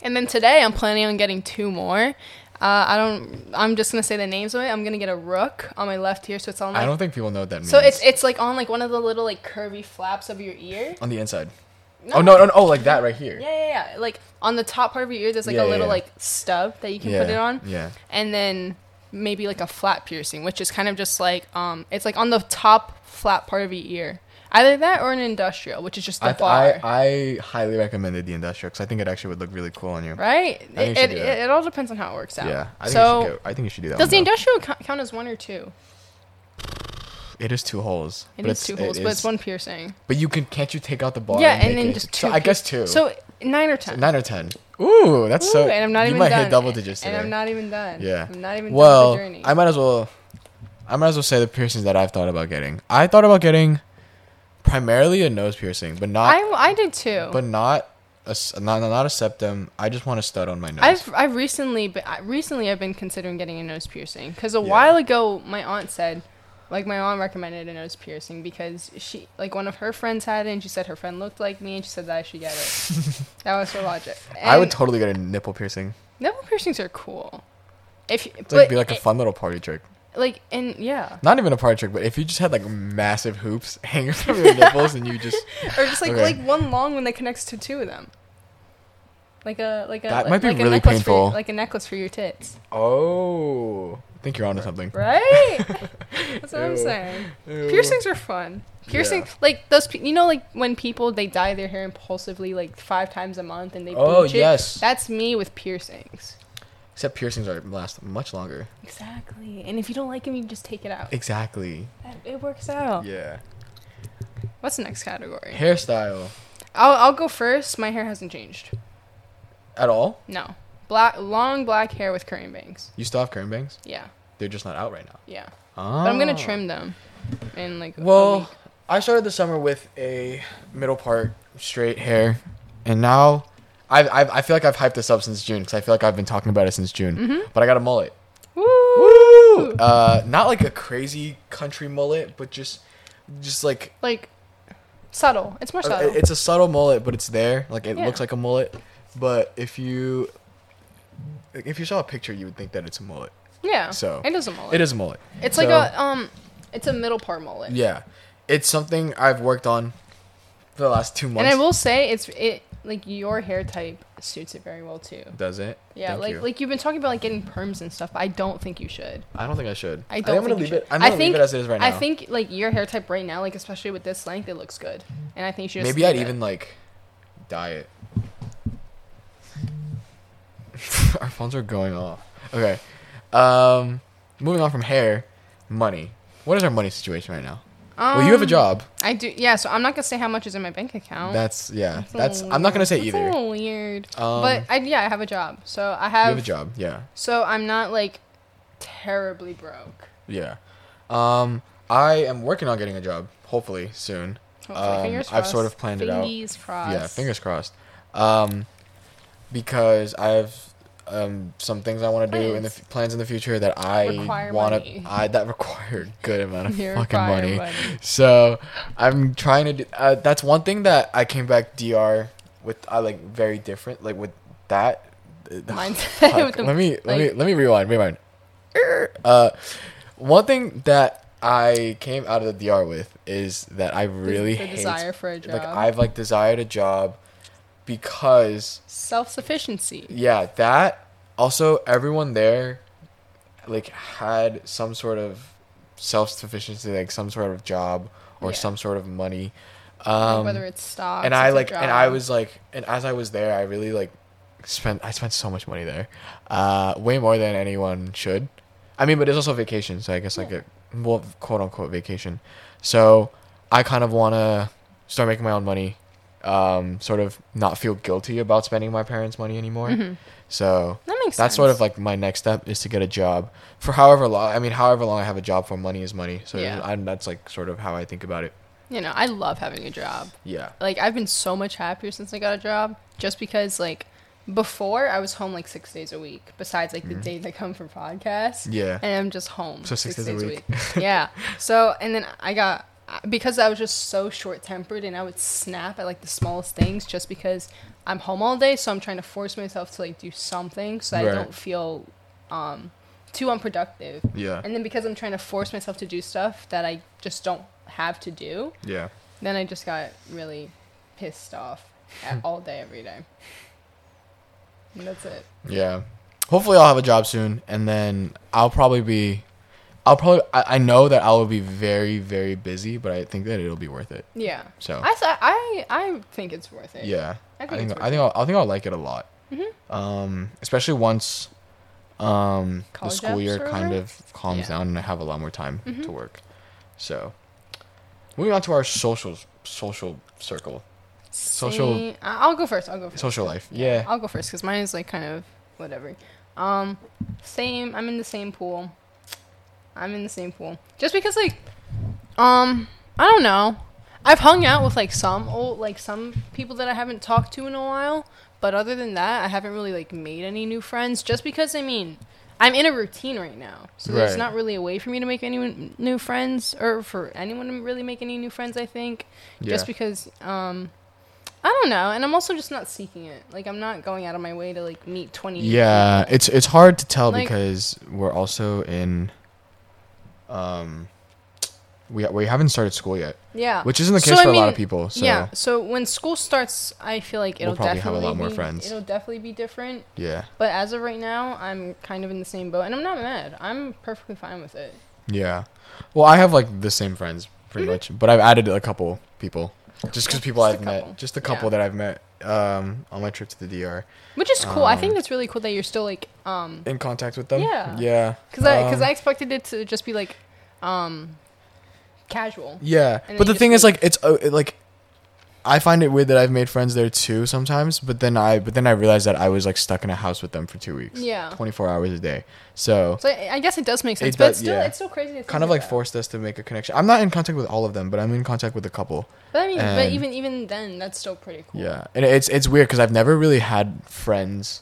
Speaker 2: And then today I'm planning on getting two more. Uh, I don't. I'm just gonna say the names of it. I'm gonna get a rook on my left ear, so it's on like.
Speaker 1: I don't think people know what that means.
Speaker 2: so it's it's like on like one of the little like curvy flaps of your ear.
Speaker 1: on the inside. Oh no, no, no! Oh, like that right here.
Speaker 2: Yeah, yeah, yeah. Like on the top part of your ear, there's like
Speaker 1: Yeah,
Speaker 2: a
Speaker 1: yeah,
Speaker 2: little
Speaker 1: yeah.
Speaker 2: like stub that you can put
Speaker 1: Yeah,
Speaker 2: it on.
Speaker 1: yeah.
Speaker 2: And then maybe like a flat piercing, which is kind of just like um, it's like on the top flat part of your ear. Either that or an industrial, which is just the
Speaker 1: I,
Speaker 2: bar.
Speaker 1: I I highly recommended the industrial because I think it actually would look really cool on you.
Speaker 2: right?
Speaker 1: I think
Speaker 2: It,
Speaker 1: you should
Speaker 2: it,
Speaker 1: do that.
Speaker 2: it all depends on how it works out.
Speaker 1: Yeah, I think you
Speaker 2: so
Speaker 1: should go. I think you should do that.
Speaker 2: does the
Speaker 1: one, though.
Speaker 2: industrial co- count as one or two?
Speaker 1: it is two holes.
Speaker 2: It is two holes, but it's one piercing.
Speaker 1: But you can can't you take out the bottom?
Speaker 2: yeah, and
Speaker 1: make
Speaker 2: then
Speaker 1: it-
Speaker 2: just two.
Speaker 1: So I guess
Speaker 2: pier-
Speaker 1: two.
Speaker 2: So nine or ten.
Speaker 1: nine or ten. Ooh, that's so.
Speaker 2: Ooh, and I'm not
Speaker 1: you
Speaker 2: even
Speaker 1: might
Speaker 2: done.
Speaker 1: hit double digits
Speaker 2: And
Speaker 1: today.
Speaker 2: I'm not even done.
Speaker 1: Yeah.
Speaker 2: I'm not even
Speaker 1: well,
Speaker 2: done with the journey.
Speaker 1: I might as well. I might as well say the piercings that I've thought about getting. I thought about getting primarily a nose piercing, but not,
Speaker 2: I, I did too.
Speaker 1: but not a s- not not a septum. I just want a stud on my nose.
Speaker 2: I've I've recently been, recently I've been considering getting a nose piercing because a
Speaker 1: Yeah.
Speaker 2: while ago my aunt said, like my aunt recommended a nose piercing because she like one of her friends had it and she said her friend looked like me and she said that I should get it. that was her logic.
Speaker 1: I would
Speaker 2: And
Speaker 1: totally get a nipple piercing.
Speaker 2: nipple piercings are cool. If you,
Speaker 1: It's
Speaker 2: but
Speaker 1: like be like a fun little party trick.
Speaker 2: like and yeah
Speaker 1: Not even a party trick, but if you just had like massive hoops hanging from your nipples and you just
Speaker 2: or just like
Speaker 1: Okay.
Speaker 2: like one long one that connects to two of them. Like a like a
Speaker 1: That
Speaker 2: like,
Speaker 1: might be
Speaker 2: like a
Speaker 1: really
Speaker 2: necklace for your-
Speaker 1: painful.
Speaker 2: like a necklace for your tits,
Speaker 1: oh, I think you're onto something.
Speaker 2: right? That's what I'm
Speaker 1: Ew.
Speaker 2: saying.
Speaker 1: Ew.
Speaker 2: Piercings are fun. Piercing,
Speaker 1: Yeah.
Speaker 2: like those, pe- you know, like when people they dye their hair impulsively, like five times a month, and they
Speaker 1: Oh,
Speaker 2: bleach
Speaker 1: yes.
Speaker 2: it. That's me with piercings.
Speaker 1: Except piercings are last much longer.
Speaker 2: Exactly. And if you don't like them, you just take it out.
Speaker 1: Exactly.
Speaker 2: That- It works out.
Speaker 1: Yeah.
Speaker 2: What's the next category?
Speaker 1: Hairstyle
Speaker 2: I'll I'll go first. My hair hasn't changed.
Speaker 1: at all?
Speaker 2: No, black long black hair with curtain bangs.
Speaker 1: You still have curtain bangs?
Speaker 2: Yeah,
Speaker 1: They're just not out right now.
Speaker 2: yeah.
Speaker 1: Oh.
Speaker 2: But I'm gonna trim them. And like a
Speaker 1: Well,
Speaker 2: week.
Speaker 1: I started the summer with a middle part straight hair, and now I've, I've I feel like I've hyped this up since June because I feel like I've been talking about it since June.
Speaker 2: Mm-hmm.
Speaker 1: But I got a mullet.
Speaker 2: Woo!
Speaker 1: Woo! Uh, not like a crazy country mullet, but just just like
Speaker 2: Like subtle. It's more
Speaker 1: Uh,
Speaker 2: subtle.
Speaker 1: It's a subtle mullet, but it's there. Like it
Speaker 2: Yeah.
Speaker 1: looks like a mullet, but if you like, if you saw a picture, you would think that it's a mullet.
Speaker 2: yeah.
Speaker 1: so,
Speaker 2: it doesn't mullet.
Speaker 1: It is a mullet.
Speaker 2: It's
Speaker 1: So,
Speaker 2: like a um, it's a middle part mullet.
Speaker 1: yeah. It's something I've worked on for the last two months.
Speaker 2: And I will say it's it like your hair type suits it very well too.
Speaker 1: Does it?
Speaker 2: Yeah,
Speaker 1: Thank
Speaker 2: like
Speaker 1: you.
Speaker 2: like you've been talking about like getting perms and stuff. But I don't think you should.
Speaker 1: I don't think I should.
Speaker 2: I
Speaker 1: think
Speaker 2: don't.
Speaker 1: I'm gonna
Speaker 2: think you
Speaker 1: leave
Speaker 2: should.
Speaker 1: it. I'm
Speaker 2: I
Speaker 1: gonna
Speaker 2: think-
Speaker 1: leave it as it is right now.
Speaker 2: I think like your hair type right now, like especially with this length, it looks good. And I think you should. Just
Speaker 1: maybe I'd
Speaker 2: leave it.
Speaker 1: even like dye it. Our phones are going off. Okay. Um, moving on from hair, money. What is our money situation right now? well, you have a
Speaker 2: Um,
Speaker 1: job.
Speaker 2: I do. Yeah. So I'm not gonna say how much is in my bank account.
Speaker 1: That's yeah.
Speaker 2: a
Speaker 1: That's
Speaker 2: little
Speaker 1: I'm not gonna
Speaker 2: weird.
Speaker 1: say
Speaker 2: That's
Speaker 1: either.
Speaker 2: A
Speaker 1: You
Speaker 2: little weird.
Speaker 1: Um,
Speaker 2: but I yeah, I have a job. So I
Speaker 1: have
Speaker 2: have.
Speaker 1: a job. Yeah,
Speaker 2: So I'm not like terribly broke.
Speaker 1: yeah. Um, I am working on getting a job. Hopefully soon.
Speaker 2: Hopefully.
Speaker 1: Um,
Speaker 2: fingers
Speaker 1: I've sort
Speaker 2: crossed.
Speaker 1: of planned it out.
Speaker 2: Fingers crossed.
Speaker 1: Yeah, fingers crossed. Um, because I have um, some things I want to do in the
Speaker 2: Plans.
Speaker 1: f- plans in the future that I
Speaker 2: Require
Speaker 1: want
Speaker 2: money.
Speaker 1: to. I that require a good amount of
Speaker 2: They
Speaker 1: fucking
Speaker 2: require
Speaker 1: money.
Speaker 2: money.
Speaker 1: So I'm trying to. Do, uh, that's one thing that I came back DR with. I like very different. Like with that.
Speaker 2: Mindset
Speaker 1: Fuck,
Speaker 2: with the-
Speaker 1: let me let me
Speaker 2: like-
Speaker 1: let me rewind. Rewind. Er, Uh, one thing that I came out of the DR with is that I really
Speaker 2: the
Speaker 1: hate
Speaker 2: desire for a
Speaker 1: like
Speaker 2: job.
Speaker 1: I've like desired a job because
Speaker 2: Self sufficiency.
Speaker 1: yeah, that also everyone there like had some sort of self sufficiency, like some sort of job or
Speaker 2: Yeah.
Speaker 1: some sort of money. Um
Speaker 2: whether it's stocks.
Speaker 1: and I
Speaker 2: it's a
Speaker 1: like and I
Speaker 2: job.
Speaker 1: was like and as I was there I really like spent I spent so much money there. Uh way more than anyone should. I mean but it's also vacation, so I guess like
Speaker 2: Yeah.
Speaker 1: a well quote unquote vacation. So I kind of wanna start making my own money. Um sort of not feel guilty about spending my parents' money anymore. So
Speaker 2: That Mm-hmm. makes sense.
Speaker 1: that's sort of like my next step is to get a job for however long. I mean, however long I have a job for, money is money. So
Speaker 2: Yeah.
Speaker 1: i that's like sort of how I think about it.
Speaker 2: you know, I love having a job.
Speaker 1: Yeah.
Speaker 2: Like I've been so much happier since I got a job just because like before I was home like 6 days a week besides like
Speaker 1: Mm-hmm.
Speaker 2: the days I come for podcasts.
Speaker 1: Yeah.
Speaker 2: And I'm just home.
Speaker 1: So six days a
Speaker 2: yeah. So and then I got because I was just so short tempered and I would snap at like the smallest things just because I'm home all day, so I'm trying to force myself to like do something so I
Speaker 1: Right.
Speaker 2: don't feel um too unproductive.
Speaker 1: Yeah.
Speaker 2: And then because I'm trying to force myself to do stuff that I just don't have to do,
Speaker 1: Yeah.
Speaker 2: then I just got really pissed off at
Speaker 1: Hmm.
Speaker 2: all day, every day. And that's it.
Speaker 1: Yeah. Hopefully, I'll have a job soon, and then I'll probably be. I'll probably. I, I know that I will be very, very busy, but I think that it'll be worth it.
Speaker 2: Yeah.
Speaker 1: So.
Speaker 2: I, s- I, I think it's worth it.
Speaker 1: Oh.
Speaker 2: Mm-hmm.
Speaker 1: Yeah,
Speaker 2: I
Speaker 1: I think
Speaker 2: think
Speaker 1: I
Speaker 2: it's
Speaker 1: think,
Speaker 2: worth
Speaker 1: I think I'll, I think I'll like it a lot. Um, especially once um, the
Speaker 2: College
Speaker 1: school
Speaker 2: apps
Speaker 1: year
Speaker 2: are
Speaker 1: kind
Speaker 2: over?
Speaker 1: of calms
Speaker 2: Yeah. Mm-hmm.
Speaker 1: down and I have a lot more time to work. So, moving on to our socials, social circle, Social-
Speaker 2: See, I- I'll go first. I'll go first.
Speaker 1: social life. Yeah.
Speaker 2: I'll go first because mine is like kind of whatever. Um, same. I'm in the same pool. I'm in the same pool. Just because like, um, I don't know. I've hung out with like some old like some people that I haven't talked to in a while, but other than that, I haven't really like made any new friends. Just because I mean, I'm in a routine right now, so there's
Speaker 1: Right.
Speaker 2: not really a way for me to make any n- new friends or for anyone to really make any new friends. I think just
Speaker 1: Yeah.
Speaker 2: because um I don't know, and I'm also just not seeking it. Like I'm not going out of my way to like meet 20.
Speaker 1: Yeah, it's it's hard to tell
Speaker 2: Like-
Speaker 1: because we're also in, um, we we haven't started school yet,
Speaker 2: Yeah.
Speaker 1: which isn't the
Speaker 2: Uh, So,
Speaker 1: case
Speaker 2: I
Speaker 1: for a lot of
Speaker 2: mean,
Speaker 1: people. So
Speaker 2: Yeah.
Speaker 1: yeah,
Speaker 2: So when school starts, I feel like it'll
Speaker 1: probably have a
Speaker 2: definitely
Speaker 1: lot more
Speaker 2: be-
Speaker 1: friends.
Speaker 2: It'll definitely be different.
Speaker 1: yeah,
Speaker 2: But as of right now, I'm kind of in the same boat, and I'm not mad. I'm perfectly fine with it.
Speaker 1: Well, I have like the same friends pretty much, but I've added a couple people just because people
Speaker 2: Mm-hmm. Just
Speaker 1: I've
Speaker 2: a couple.
Speaker 1: met, just a couple
Speaker 2: Yeah.
Speaker 1: that I've met um on my trip to the DR,
Speaker 2: Which is cool. I think
Speaker 1: Um,
Speaker 2: that's really cool that you're still like um
Speaker 1: in contact with them.
Speaker 2: Yeah.
Speaker 1: yeah,
Speaker 2: cuz I cuz
Speaker 1: Um,
Speaker 2: I expected it to just be like um casual.
Speaker 1: Yeah,
Speaker 2: And then
Speaker 1: but
Speaker 2: you
Speaker 1: the
Speaker 2: just
Speaker 1: thing is,
Speaker 2: leave.
Speaker 1: like, it's uh, it, like, I find it weird that I've made friends there too sometimes. But then I, but then I realized that I was like stuck in a house with them for two weeks.
Speaker 2: Yeah.
Speaker 1: twenty four hours a day. So
Speaker 2: So I, I guess it does make sense,
Speaker 1: It
Speaker 2: but
Speaker 1: does-
Speaker 2: it's still
Speaker 1: yeah.
Speaker 2: it's still crazy. to think
Speaker 1: kind of like
Speaker 2: about.
Speaker 1: forced us to make a connection. I'm not in contact with all of them, but I'm in contact with a couple.
Speaker 2: But I mean, but
Speaker 1: And-
Speaker 2: even even then, that's still pretty cool.
Speaker 1: Yeah, and it's it's weird because I've never really had friends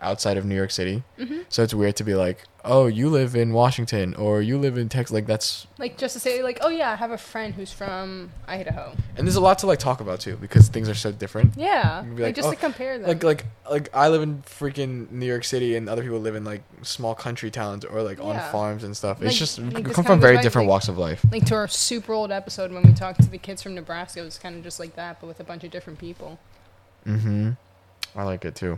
Speaker 1: outside of New York City.
Speaker 2: Mm-hmm.
Speaker 1: So it's weird to be like, oh, you live in Washington or you live in Texas. Like that's
Speaker 2: Like just to say, like, oh yeah, I have a friend who's from Idaho.
Speaker 1: and there's a lot to like talk about too because things are so different.
Speaker 2: Yeah,
Speaker 1: You'd
Speaker 2: like,
Speaker 1: be like,
Speaker 2: just
Speaker 1: oh,
Speaker 2: to compare them.
Speaker 1: like like like I live in freaking New York City and other people live in like small country towns or like
Speaker 2: Yeah.
Speaker 1: on farms and stuff.
Speaker 2: Like-
Speaker 1: it's just
Speaker 2: like
Speaker 1: we
Speaker 2: this
Speaker 1: come
Speaker 2: kind of
Speaker 1: from very
Speaker 2: goes back to,
Speaker 1: different
Speaker 2: like-
Speaker 1: walks of life.
Speaker 2: Like, to our super old episode when we talked to the kids from Nebraska, it was kind of just like that, but with a bunch of different people.
Speaker 1: Mm-hmm. I like it too.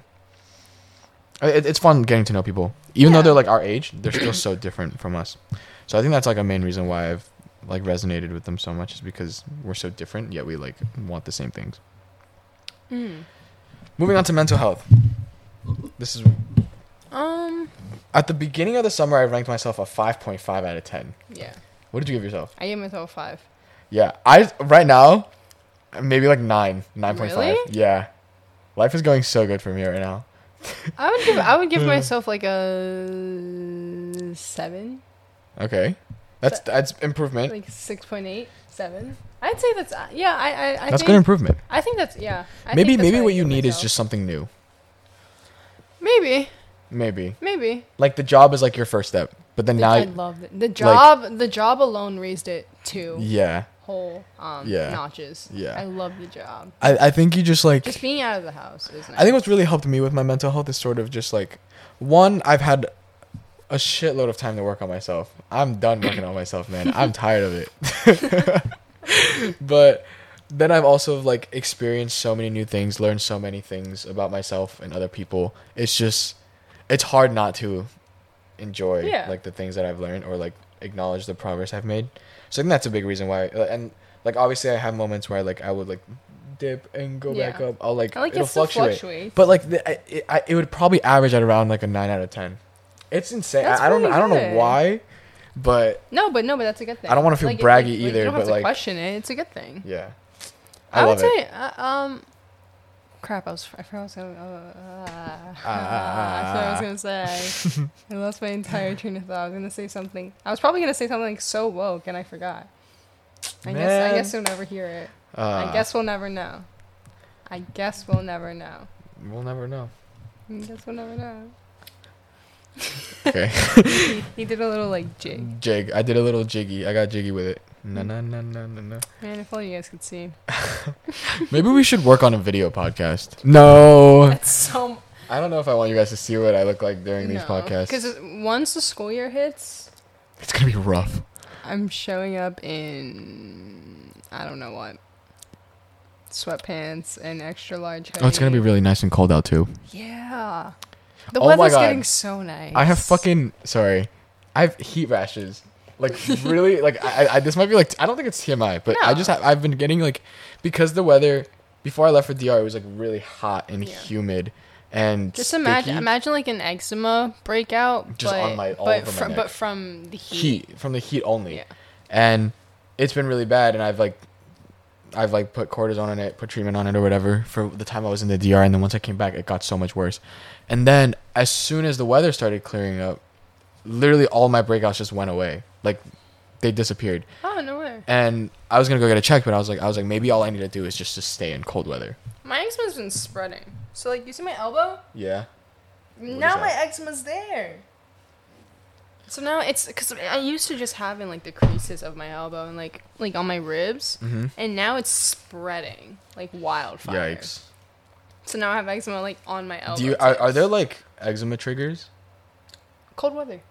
Speaker 1: I- It, it's fun getting to know people, even
Speaker 2: Yeah.
Speaker 1: though they're like our age, they're still so different from us. So I think that's like a main reason why I've like resonated with them so much is because we're so different, yet we like want the same things.
Speaker 2: Mm.
Speaker 1: Moving on to mental health. This is
Speaker 2: Um.
Speaker 1: at the beginning of the summer. I ranked myself a five point five out of ten.
Speaker 2: Yeah,
Speaker 1: What did you give yourself?
Speaker 2: I gave myself a five.
Speaker 1: Yeah, I right now, maybe like nine, nine point five.
Speaker 2: Really?
Speaker 1: Yeah, life is going so good for me right now.
Speaker 2: I would give I would give myself like a seven,
Speaker 1: Okay, that's that's improvement.
Speaker 2: like six point eight, seven. I'd say that's uh, yeah. I I, I
Speaker 1: that's
Speaker 2: think,
Speaker 1: good improvement.
Speaker 2: I think that's yeah. I think
Speaker 1: maybe
Speaker 2: that's
Speaker 1: maybe
Speaker 2: I
Speaker 1: what you
Speaker 2: give
Speaker 1: need is
Speaker 2: myself.
Speaker 1: just something new.
Speaker 2: maybe
Speaker 1: Maybe
Speaker 2: maybe
Speaker 1: like the job is like your first step, but then
Speaker 2: The-
Speaker 1: now,
Speaker 2: I love it. The job, the job alone raised it two
Speaker 1: yeah,
Speaker 2: whole um,
Speaker 1: Yeah.
Speaker 2: notches.
Speaker 1: Yeah.
Speaker 2: I love the job.
Speaker 1: I I think you just like
Speaker 2: Just being out of the house is nice.
Speaker 1: I think what's really helped me with my mental health is sort of just like one, I've had a shitload of time to work on myself. I'm done working on myself, man. I'm tired of it. but then I've also like experienced so many new things, learned so many things about myself and other people. It's just it's hard not to enjoy
Speaker 2: Yeah.
Speaker 1: like the things that I've learned or like acknowledge the progress I've made. So I think that's a big reason why uh, and like obviously I have moments where like I would like dip and go back
Speaker 2: Yeah.
Speaker 1: up. I'll like
Speaker 2: I like
Speaker 1: it'll
Speaker 2: it still
Speaker 1: fluctuate.
Speaker 2: fluctuates.
Speaker 1: But like, the, I, it, I, it would probably average at around like a nine out of ten. It's insane.
Speaker 2: That's
Speaker 1: I, I don't.
Speaker 2: pretty
Speaker 1: I don't know
Speaker 2: good.
Speaker 1: why, but
Speaker 2: no, but no, but that's a good thing.
Speaker 1: I don't wanna feel
Speaker 2: Like, it-
Speaker 1: braggy
Speaker 2: like, like,
Speaker 1: either,
Speaker 2: you don't have
Speaker 1: but,
Speaker 2: to
Speaker 1: like-
Speaker 2: question it. It's a good thing.
Speaker 1: yeah, I,
Speaker 2: I, would
Speaker 1: love it.
Speaker 2: say, uh, um, crap. I was, I forgot what I was gonna, uh, uh,
Speaker 1: Ah.
Speaker 2: I forgot what I was gonna say. I lost my entire train of thought. I was gonna say something. I was probably gonna say something like so woke, and I forgot. I guess, I
Speaker 1: Man.
Speaker 2: guess you'll never hear it.
Speaker 1: Uh,
Speaker 2: I guess we'll never know. I guess we'll never know.
Speaker 1: we'll never know.
Speaker 2: I guess we'll never know.
Speaker 1: Okay,
Speaker 2: He, he did a little like jig.
Speaker 1: jig. I did a little jiggy. I got jiggy with it. No, no, no, no, no, no.
Speaker 2: Man, if only you guys could see.
Speaker 1: Maybe we should work on a video podcast. No,
Speaker 2: That's so.
Speaker 1: I don't know if I want you guys to see what I look like during these podcasts.
Speaker 2: Because once the school year hits,
Speaker 1: it's gonna be rough.
Speaker 2: I'm showing up in I don't know what sweatpants and extra large. Hoodie.
Speaker 1: Oh, it's gonna be really nice and cold out too.
Speaker 2: Yeah. The
Speaker 1: Oh my
Speaker 2: weather's
Speaker 1: God.
Speaker 2: getting so nice.
Speaker 1: I have fucking sorry. I have heat rashes. Like really, like I, I this might be like I don't think it's TMI, but I just
Speaker 2: No.
Speaker 1: have, I've been getting like because the weather before I left for DR it was like really hot and
Speaker 2: Yeah.
Speaker 1: humid and
Speaker 2: Just imagine,
Speaker 1: sticky.
Speaker 2: imagine like an eczema breakout,
Speaker 1: Just
Speaker 2: but,
Speaker 1: on my- all
Speaker 2: but
Speaker 1: over my
Speaker 2: from
Speaker 1: neck.
Speaker 2: but from the heat.
Speaker 1: heat from the heat only,
Speaker 2: Yeah.
Speaker 1: and it's been really bad, and I've like, I've like put cortisone on it, put treatment on it, or whatever for the time I was in the DR, and then once I came back, it got so much worse. And then as soon as the weather started clearing up, literally all my breakouts just went away, like they disappeared.
Speaker 2: Oh no way.
Speaker 1: And I was gonna go get it checked, but I was like, I was like, maybe all I need to do is just to stay in cold weather.
Speaker 2: My eczema's been spreading. So like, you see my elbow?
Speaker 1: Yeah.
Speaker 2: now
Speaker 1: is
Speaker 2: my
Speaker 1: that?
Speaker 2: eczema's there. So now it's because I used to just having like the creases of my elbow and like like on my ribs,
Speaker 1: Mhm.
Speaker 2: and now it's spreading like wildfire.
Speaker 1: Yikes.
Speaker 2: So now I have eczema like on my elbow.
Speaker 1: Do you are,
Speaker 2: tips.
Speaker 1: are there like eczema triggers?
Speaker 2: cold weather?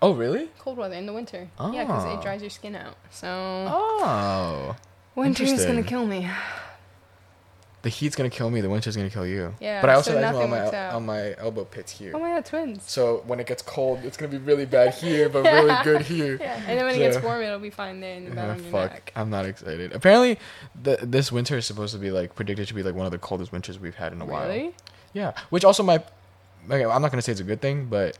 Speaker 1: Oh really?
Speaker 2: Cold weather in the winter. Yeah, because
Speaker 1: Ah.
Speaker 2: it dries your skin out. So
Speaker 1: Oh.
Speaker 2: winter is gonna
Speaker 1: interesting.
Speaker 2: kill me.
Speaker 1: The heat's gonna kill me. The winter's gonna kill you.
Speaker 2: Yeah,
Speaker 1: But I also
Speaker 2: so
Speaker 1: have eczema on
Speaker 2: nothing works
Speaker 1: my
Speaker 2: out.
Speaker 1: on my elbow pits here.
Speaker 2: Oh my god, twins.
Speaker 1: So when it gets cold, it's gonna be really bad here, but really good here.
Speaker 2: Yeah, and then when it gets
Speaker 1: So-
Speaker 2: warm, it'll be fine there in the back
Speaker 1: Ah,
Speaker 2: of your
Speaker 1: fuck!
Speaker 2: neck.
Speaker 1: I'm not excited. Apparently, the, this winter is supposed to be like predicted to be like one of the coldest winters we've had in a while.
Speaker 2: Really?
Speaker 1: Yeah. Which also might. Okay, I'm not gonna say it's a good thing, but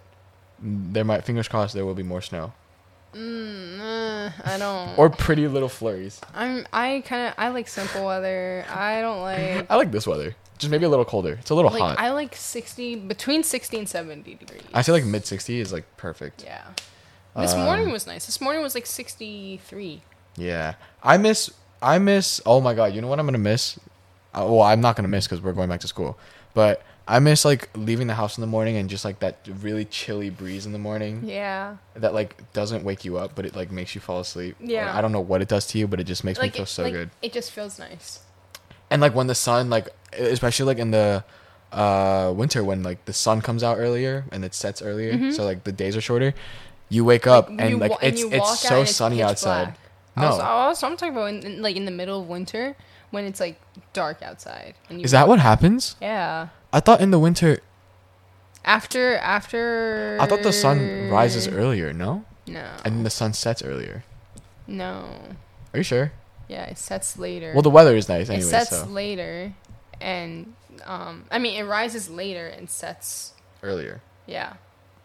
Speaker 1: there might. Fingers crossed, there will be more snow
Speaker 2: Mm, uh, I don't.
Speaker 1: or pretty little flurries.
Speaker 2: I'm. I kind of. I like simple weather. I don't like.
Speaker 1: I like this weather. Just maybe a little colder. It's a little
Speaker 2: like
Speaker 1: hot. I,
Speaker 2: I like sixty between sixty and seventy degrees.
Speaker 1: feel like mid 60 is like perfect.
Speaker 2: Yeah. This
Speaker 1: Um,
Speaker 2: morning was nice. This morning was like sixty three.
Speaker 1: Yeah, I miss. I miss. Oh my god, you know what I'm gonna miss? Uh, well, I'm not gonna miss because we're going back to school. But I miss like leaving the house in the morning and just like that really chilly breeze in the morning
Speaker 2: Yeah.
Speaker 1: that like doesn't wake you up, but it like makes you fall asleep.
Speaker 2: Yeah.
Speaker 1: I don't know what it does to you, but it just makes
Speaker 2: like
Speaker 1: me feel
Speaker 2: it,
Speaker 1: so
Speaker 2: like,
Speaker 1: good.
Speaker 2: It just feels nice.
Speaker 1: And like when the sun, like especially like in the uh winter when like the sun comes out earlier and it sets earlier, so like the days are shorter. You wake up
Speaker 2: Mm-hmm. You
Speaker 1: and like
Speaker 2: wa-
Speaker 1: it's
Speaker 2: you
Speaker 1: it's
Speaker 2: walk out
Speaker 1: so
Speaker 2: and
Speaker 1: sunny
Speaker 2: pitch
Speaker 1: outside.
Speaker 2: black.
Speaker 1: No,
Speaker 2: Also, also, I'm talking about in, in, like in the middle of winter when it's like dark outside. And you
Speaker 1: is that what happens?
Speaker 2: Yeah.
Speaker 1: I thought in the winter
Speaker 2: After after.
Speaker 1: I thought the sun
Speaker 2: Mm.
Speaker 1: rises earlier, no?
Speaker 2: No.
Speaker 1: And then the sun sets earlier.
Speaker 2: No.
Speaker 1: Are you sure?
Speaker 2: Yeah, it sets later.
Speaker 1: Well, the weather is nice
Speaker 2: it
Speaker 1: anyway,
Speaker 2: sets
Speaker 1: so
Speaker 2: later, and um, I mean it rises later and sets.
Speaker 1: earlier.
Speaker 2: Yeah.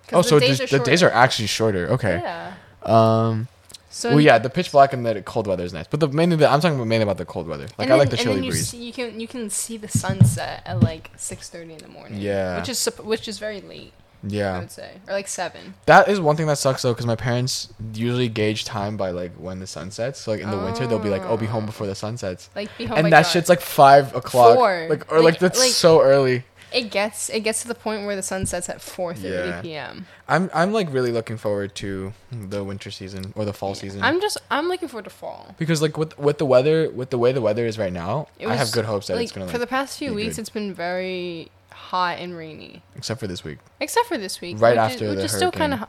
Speaker 2: 'Cause
Speaker 1: Oh, so just- the
Speaker 2: shorter.
Speaker 1: days are actually shorter. Okay.
Speaker 2: Yeah.
Speaker 1: Um.
Speaker 2: So
Speaker 1: well, yeah, the pitch black and the cold weather is nice, but the mainly the, I'm talking about mainly about the cold weather. Like
Speaker 2: and
Speaker 1: I
Speaker 2: then-
Speaker 1: like the
Speaker 2: and
Speaker 1: chilly
Speaker 2: then you
Speaker 1: breeze.
Speaker 2: See, you can you can see the sunset at like six thirty in the morning.
Speaker 1: Yeah.
Speaker 2: Which is sup- which is very late. I
Speaker 1: yeah,
Speaker 2: would say, or like seven.
Speaker 1: that is one thing that sucks though, because my parents usually gauge time by like when the sun sets. So, like in the winter, they'll be like, "Oh, be home before the sun sets,"
Speaker 2: Like be home.
Speaker 1: and
Speaker 2: by
Speaker 1: that
Speaker 2: dark.
Speaker 1: shit's like five o'clock,
Speaker 2: Oh Four.
Speaker 1: like or like,
Speaker 2: Like-
Speaker 1: that's
Speaker 2: like-
Speaker 1: so early.
Speaker 2: it gets it gets to the point where the sun sets at four thirty
Speaker 1: Yeah.
Speaker 2: p.m.
Speaker 1: I'm I'm like really looking forward to the winter season or the fall season.
Speaker 2: I'm just I'm looking forward to fall.
Speaker 1: Because like with with the weather, with the way the weather is right now,
Speaker 2: It
Speaker 1: I
Speaker 2: was,
Speaker 1: have good hopes that
Speaker 2: like,
Speaker 1: it's gonna like,
Speaker 2: for the past few
Speaker 1: be
Speaker 2: weeks
Speaker 1: good.
Speaker 2: it's been very hot and rainy.
Speaker 1: except for this week.
Speaker 2: except for this week,
Speaker 1: Right
Speaker 2: which
Speaker 1: after
Speaker 2: is, which
Speaker 1: the
Speaker 2: is still kind
Speaker 1: hurricane.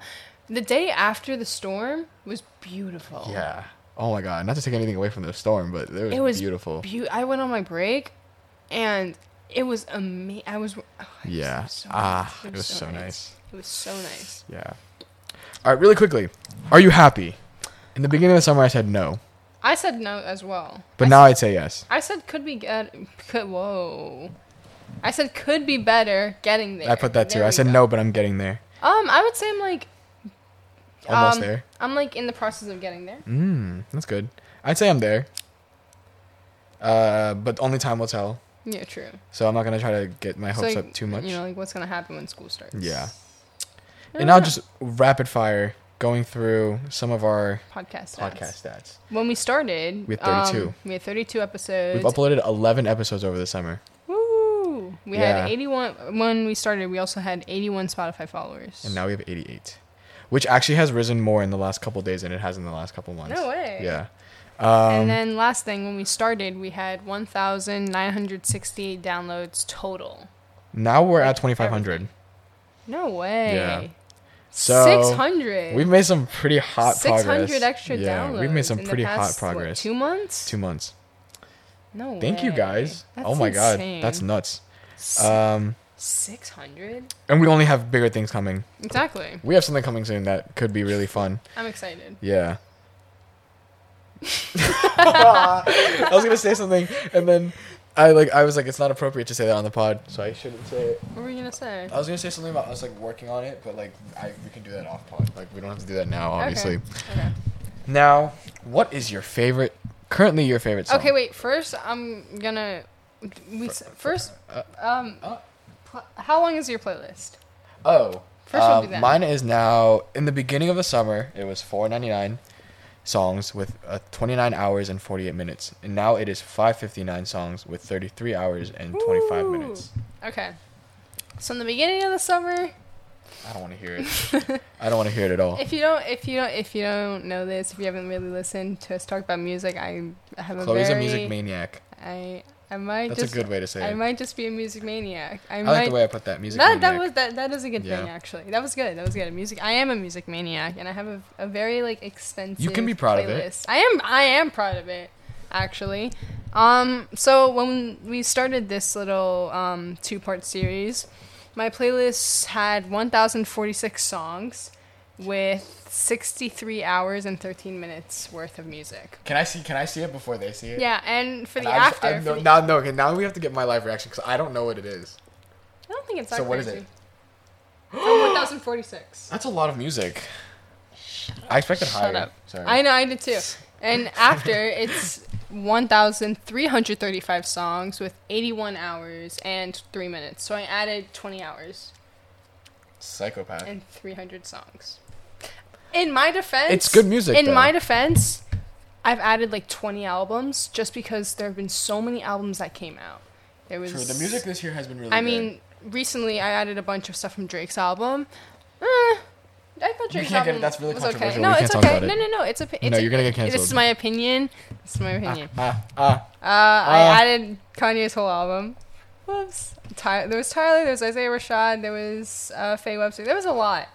Speaker 2: of the day after the storm was beautiful.
Speaker 1: Yeah. Oh my god! Not to take anything away from the storm, but it was,
Speaker 2: it was
Speaker 1: beautiful.
Speaker 2: beau- I went on my break, and it was amazing. I was oh, it was
Speaker 1: yeah.
Speaker 2: so
Speaker 1: ah,
Speaker 2: nice.
Speaker 1: it was so nice.
Speaker 2: It was so nice.
Speaker 1: Yeah. All right, really quickly, are you happy? In the beginning of the summer, I said no,
Speaker 2: I said no as well,
Speaker 1: but
Speaker 2: I
Speaker 1: now
Speaker 2: s-
Speaker 1: I'd say yes.
Speaker 2: I said could be get could whoa. I said could be better getting there.
Speaker 1: I put that too.
Speaker 2: There
Speaker 1: I
Speaker 2: we
Speaker 1: said
Speaker 2: go.
Speaker 1: no, but I'm getting there.
Speaker 2: Um, I would say I'm like
Speaker 1: Almost
Speaker 2: um,
Speaker 1: there.
Speaker 2: I'm like in the process of getting there.
Speaker 1: Mm, that's good. I'd say I'm there. Uh, but only time will tell.
Speaker 2: Yeah, true.
Speaker 1: So I'm not gonna try to get my
Speaker 2: So,
Speaker 1: hopes
Speaker 2: like,
Speaker 1: up too much.
Speaker 2: You know, like what's gonna happen when school starts?
Speaker 1: Yeah.
Speaker 2: I
Speaker 1: And
Speaker 2: don't
Speaker 1: now
Speaker 2: know.
Speaker 1: just rapid fire going through some of our
Speaker 2: podcast stats.
Speaker 1: podcast stats.
Speaker 2: When we started,
Speaker 1: We had 32.
Speaker 2: um, we had 32 episodes.
Speaker 1: We've uploaded 11 episodes over the summer.
Speaker 2: Woo! We
Speaker 1: Yeah.
Speaker 2: had 81 when we started. We also had 81 Spotify followers.
Speaker 1: And now we have 88, which actually has risen more in the last couple days than it has in the last couple months.
Speaker 2: No way.
Speaker 1: Yeah. Um,
Speaker 2: and then last thing, when we started, we had 1,968 downloads total.
Speaker 1: Now we're at 2,500.
Speaker 2: No way.
Speaker 1: Yeah. So,
Speaker 2: 600.
Speaker 1: We've made some pretty hot
Speaker 2: 600
Speaker 1: progress.
Speaker 2: extra
Speaker 1: yeah,
Speaker 2: downloads.
Speaker 1: We've made some
Speaker 2: in the
Speaker 1: pretty hot
Speaker 2: past, what,
Speaker 1: progress.
Speaker 2: two months.
Speaker 1: Two months.
Speaker 2: No way.
Speaker 1: Thank you guys.
Speaker 2: That's
Speaker 1: oh my
Speaker 2: insane.
Speaker 1: god, that's nuts.
Speaker 2: S-
Speaker 1: Um,
Speaker 2: 600.
Speaker 1: and we only have bigger things coming.
Speaker 2: Exactly.
Speaker 1: We have something coming soon that could be really fun.
Speaker 2: I'm excited.
Speaker 1: Yeah. I was gonna say something, and then I like I was like, it's not appropriate to say that on the pod, so I shouldn't say it.
Speaker 2: What were you gonna say?
Speaker 1: I was gonna say something about us like working on it, but like I, we can do that off pod. Like we don't have to do that now, obviously.
Speaker 2: Okay.
Speaker 1: Now What is your favorite? Currently, your favorite song?
Speaker 2: Okay, wait. First, I'm gonna. We s first.
Speaker 1: uh,
Speaker 2: Um. pl- how long is your playlist?
Speaker 1: Oh,
Speaker 2: First we'll
Speaker 1: um,
Speaker 2: do that.
Speaker 1: mine is now in the beginning of the summer. It was four ninety nine songs with uh, twenty nine hours and forty eight minutes, and now it is five fifty nine songs with thirty three hours and twenty five
Speaker 2: Ooh.
Speaker 1: minutes.
Speaker 2: Okay. So in the beginning of the summer,
Speaker 1: I don't want to hear it. I don't want to hear it at all.
Speaker 2: if you don't, if you don't, if you don't know this, if you haven't really listened to us talk about music, I have a
Speaker 1: Chloe's
Speaker 2: very.
Speaker 1: a music maniac.
Speaker 2: I I might
Speaker 1: That's
Speaker 2: just.
Speaker 1: a good way to say
Speaker 2: I
Speaker 1: it.
Speaker 2: might just be a music maniac. I,
Speaker 1: I
Speaker 2: might.
Speaker 1: like the way I put that. Music
Speaker 2: that, that
Speaker 1: maniac.
Speaker 2: was that, that is a good thing
Speaker 1: Yeah.
Speaker 2: actually. That was good. That was good. Music. I am a music maniac, and I have a, a very like extensive.
Speaker 1: You can be proud of it.
Speaker 2: playlist. I am. I am proud of it, actually. Um. So when we started this little um two part series, my playlist had one thousand forty six songs, with sixty three hours and thirteen minutes worth of music.
Speaker 1: Can I see? Can I see it before they see it?
Speaker 2: Yeah, and for
Speaker 1: And
Speaker 2: the
Speaker 1: I'm-
Speaker 2: after,
Speaker 1: I'm
Speaker 2: for
Speaker 1: no,
Speaker 2: the-
Speaker 1: now, no, okay, now we have to get my live reaction because I don't know what it is.
Speaker 2: I don't think it's that
Speaker 1: So what is
Speaker 2: crazy.
Speaker 1: it?
Speaker 2: one thousand forty six.
Speaker 1: That's a lot of music. I expected higher.
Speaker 2: Shut up.
Speaker 1: Sorry.
Speaker 2: I know, I did too. And after, it's 1,335 songs with 81 hours and 3 minutes. So I added 20 hours
Speaker 1: Psychopath.
Speaker 2: and 300 songs. In my defense,
Speaker 1: It's good music,
Speaker 2: In
Speaker 1: though.
Speaker 2: my defense, I've added like 20 albums just because there have been so many albums that came out. There was
Speaker 1: True. The music this year has been really.
Speaker 2: I
Speaker 1: good.
Speaker 2: mean, recently I added a bunch of stuff from Drake's album. Eh, I thought
Speaker 1: can't
Speaker 2: Drake's
Speaker 1: get-
Speaker 2: album
Speaker 1: that's really
Speaker 2: was okay.
Speaker 1: controversial.
Speaker 2: No,
Speaker 1: We can't
Speaker 2: it's
Speaker 1: talk
Speaker 2: okay.
Speaker 1: about it.
Speaker 2: No, no, no. It's a. It's
Speaker 1: No,
Speaker 2: a-
Speaker 1: you're gonna get
Speaker 2: This is
Speaker 1: canceled.
Speaker 2: my opinion. This is my opinion.
Speaker 1: ah, ah.
Speaker 2: Uh, I
Speaker 1: Ah.
Speaker 2: added Kanye's whole album. Whoops. Ty- there was Tyler. There was Isaiah Rashad. There was uh, Faye Webster. There was a lot.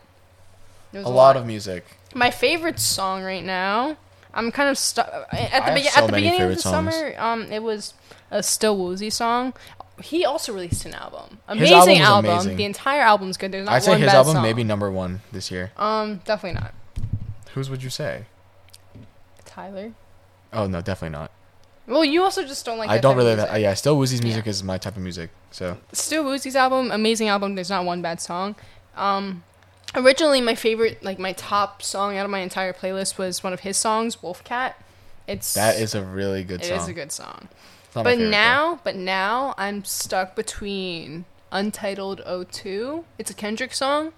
Speaker 2: There
Speaker 1: a lot of music.
Speaker 2: my favorite song right now. I'm kind of stuck at
Speaker 1: I
Speaker 2: the,
Speaker 1: have
Speaker 2: be-
Speaker 1: so
Speaker 2: at the
Speaker 1: many
Speaker 2: beginning of the
Speaker 1: favorite songs.
Speaker 2: summer. Um, it was a Still Woozy song. He also released an album.
Speaker 1: His album
Speaker 2: Amazing
Speaker 1: was
Speaker 2: album.
Speaker 1: amazing.
Speaker 2: The entire album's good. There's not
Speaker 1: I'd say
Speaker 2: one
Speaker 1: his
Speaker 2: bad
Speaker 1: album
Speaker 2: song.
Speaker 1: maybe number one this year.
Speaker 2: Um, definitely not.
Speaker 1: Whose would you say?
Speaker 2: Tyler.
Speaker 1: Oh no, definitely not.
Speaker 2: Well, you also just don't like.
Speaker 1: I
Speaker 2: that
Speaker 1: don't
Speaker 2: type of
Speaker 1: really.
Speaker 2: music.
Speaker 1: That, yeah, still Woozy's music is my type of music. So
Speaker 2: Still Woozy's album, amazing album. There's not one bad song. Um, originally, my favorite, like my top song out of my entire playlist was one of his songs, Wolfcat. It's
Speaker 1: that is a really good
Speaker 2: it
Speaker 1: song.
Speaker 2: is a good song.
Speaker 1: It's not my
Speaker 2: But
Speaker 1: favorite, though.
Speaker 2: now, but now I'm stuck between Untitled 02, it's a Kendrick song,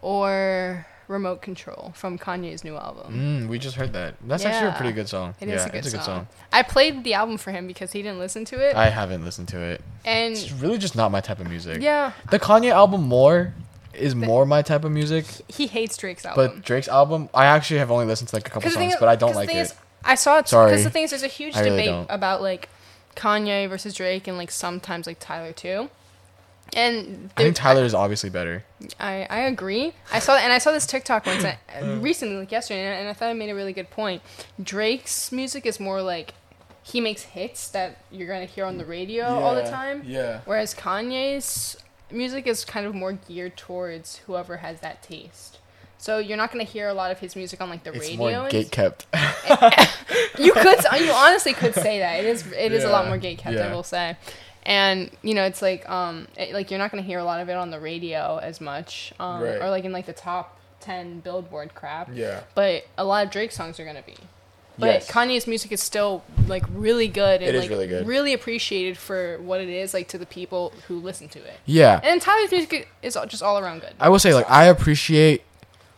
Speaker 2: or Remote Control from Kanye's new album.
Speaker 1: Mm, we just heard that. That's actually a
Speaker 2: Yeah.
Speaker 1: pretty good song.
Speaker 2: It is
Speaker 1: yeah,
Speaker 2: a, good
Speaker 1: it's a good
Speaker 2: song.
Speaker 1: song.
Speaker 2: I played the album for him because he didn't listen to it.
Speaker 1: I haven't listened to it. It's
Speaker 2: and
Speaker 1: really just not my type of music.
Speaker 2: Mm. yeah,
Speaker 1: The Kanye album more is more my type of music,
Speaker 2: he hates Drake's
Speaker 1: but
Speaker 2: album.
Speaker 1: Drake's album I actually have only listened to like a couple songs, but I don't
Speaker 2: um, 'cause
Speaker 1: like
Speaker 2: the thing
Speaker 1: it.
Speaker 2: is, I saw it
Speaker 1: Sorry.
Speaker 2: because the thing is, there's a huge
Speaker 1: I really
Speaker 2: debate
Speaker 1: don't.
Speaker 2: about like Kanye versus Drake and like sometimes like Tyler too. And
Speaker 1: I
Speaker 2: there-
Speaker 1: think Tyler is obviously better.
Speaker 2: I, I agree. I saw and I saw this TikTok once uh, recently, like yesterday, and I, and I thought it made a really good point. Drake's music is more like he makes hits that you're gonna hear on the radio all the time,
Speaker 1: Yeah.
Speaker 2: whereas Kanye's music is kind of more geared towards whoever has that taste. So you're not gonna hear a lot of his music on like the
Speaker 1: It's
Speaker 2: radio.
Speaker 1: more
Speaker 2: and-
Speaker 1: gate kept.
Speaker 2: you could you honestly could say that it is it is a lot
Speaker 1: Yeah,
Speaker 2: more gate kept
Speaker 1: yeah.
Speaker 2: i will say and you know it's like um it, like you're not going to hear a lot of it on the radio as much um
Speaker 1: Right.
Speaker 2: or like in like the top 10 billboard crap
Speaker 1: Yeah.
Speaker 2: but a lot of drake songs are going to be but
Speaker 1: Yes.
Speaker 2: kanye's music is still like really good and
Speaker 1: It is
Speaker 2: like
Speaker 1: really good.
Speaker 2: really appreciated for what it is like to the people who listen to it
Speaker 1: Yeah.
Speaker 2: and tyler's music is all- just all around good
Speaker 1: I will say, like, I appreciate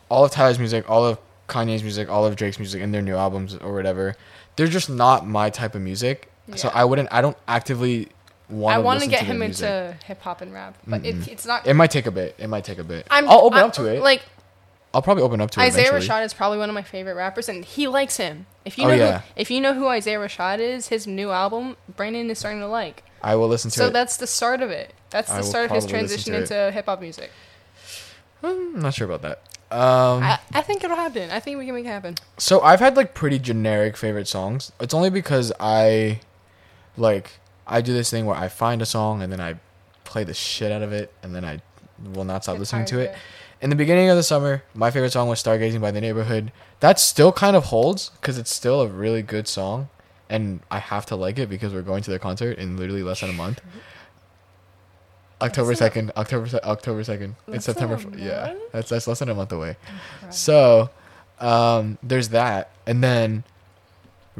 Speaker 1: all of Tyler's music, all of Kanye's music, all of Drake's music, and their new albums or whatever. They're just not my type of music, so
Speaker 2: Yeah.
Speaker 1: I wouldn't. I don't actively want.
Speaker 2: i
Speaker 1: want to
Speaker 2: get
Speaker 1: their
Speaker 2: him
Speaker 1: music.
Speaker 2: into hip-hop and rap but it's it's not
Speaker 1: It might take a bit. It might take a bit. i
Speaker 2: I'm,
Speaker 1: will open
Speaker 2: I'm-
Speaker 1: up to it.
Speaker 2: like
Speaker 1: I'll probably open up to it.
Speaker 2: Isaiah
Speaker 1: eventually.
Speaker 2: Rashad is probably one of my favorite rappers, and he likes him. If you
Speaker 1: Oh,
Speaker 2: know,
Speaker 1: yeah.
Speaker 2: who, if you know who Isaiah Rashad is, his new album Brandon is starting to like.
Speaker 1: I will listen to
Speaker 2: So
Speaker 1: it.
Speaker 2: that's the start of it. That's
Speaker 1: I
Speaker 2: the
Speaker 1: will
Speaker 2: start of his
Speaker 1: probably listen
Speaker 2: transition
Speaker 1: to it.
Speaker 2: into hip hop music.
Speaker 1: Hmm, I'm not sure about that. Um,
Speaker 2: I, I think it'll happen. I think we can make it happen.
Speaker 1: So I've had like pretty generic favorite songs. It's only because I like I do this thing where I find a song and then I play the shit out of it and then I will not stop
Speaker 2: Get
Speaker 1: listening to
Speaker 2: tired
Speaker 1: it.
Speaker 2: of it.
Speaker 1: In the beginning of the summer, my favorite song was Stargazing by the Neighborhood. That still kind of holds cuz it's still a really good song and I have to like it because we're going to their concert in literally less than a month. October
Speaker 2: Less than a-
Speaker 1: 2nd, October se- October 2nd. It's
Speaker 2: Less than
Speaker 1: September.
Speaker 2: a
Speaker 1: f- Yeah.
Speaker 2: month?
Speaker 1: That's that's less than a month away.
Speaker 2: Right.
Speaker 1: So, um, there's that, and then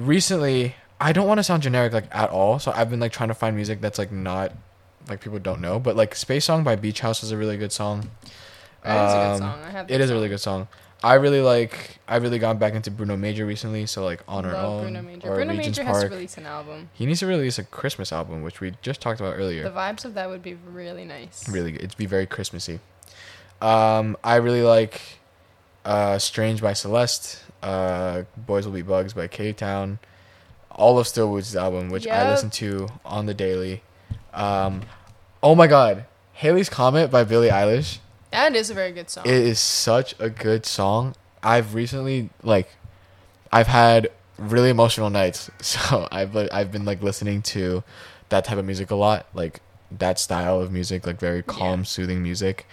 Speaker 1: recently I don't want to sound generic like at all, so I've been like trying to find music that's like not like people don't know, but like Space Song by Beach House is a really good song.
Speaker 2: That is a good
Speaker 1: Um,
Speaker 2: song. I have
Speaker 1: It is a really good song. I really like. I really gone back into Bruno Major recently, so like on our
Speaker 2: Love
Speaker 1: own
Speaker 2: Bruno Major.
Speaker 1: or
Speaker 2: Bruno
Speaker 1: Regent's
Speaker 2: Major
Speaker 1: Park.
Speaker 2: has to release an album.
Speaker 1: he needs to release a Christmas album, which we just talked about earlier.
Speaker 2: The vibes of that would be really nice.
Speaker 1: really, good. it'd be very Christmassy. Um, I really like uh, "Strange" by Celeste. Uh, "Boys Will Be Bugs" by K Town. All of Stillwood's album, which I
Speaker 2: Yep.
Speaker 1: listen to on the daily. Um, oh my God, Haley's Comet by Billie Eilish.
Speaker 2: That is a very good song.
Speaker 1: It is such a good song. I've recently like I've had really emotional nights. So I've li- I've been like listening to that type of music a lot, like that style of music, like very calm,
Speaker 2: Yeah.
Speaker 1: soothing music.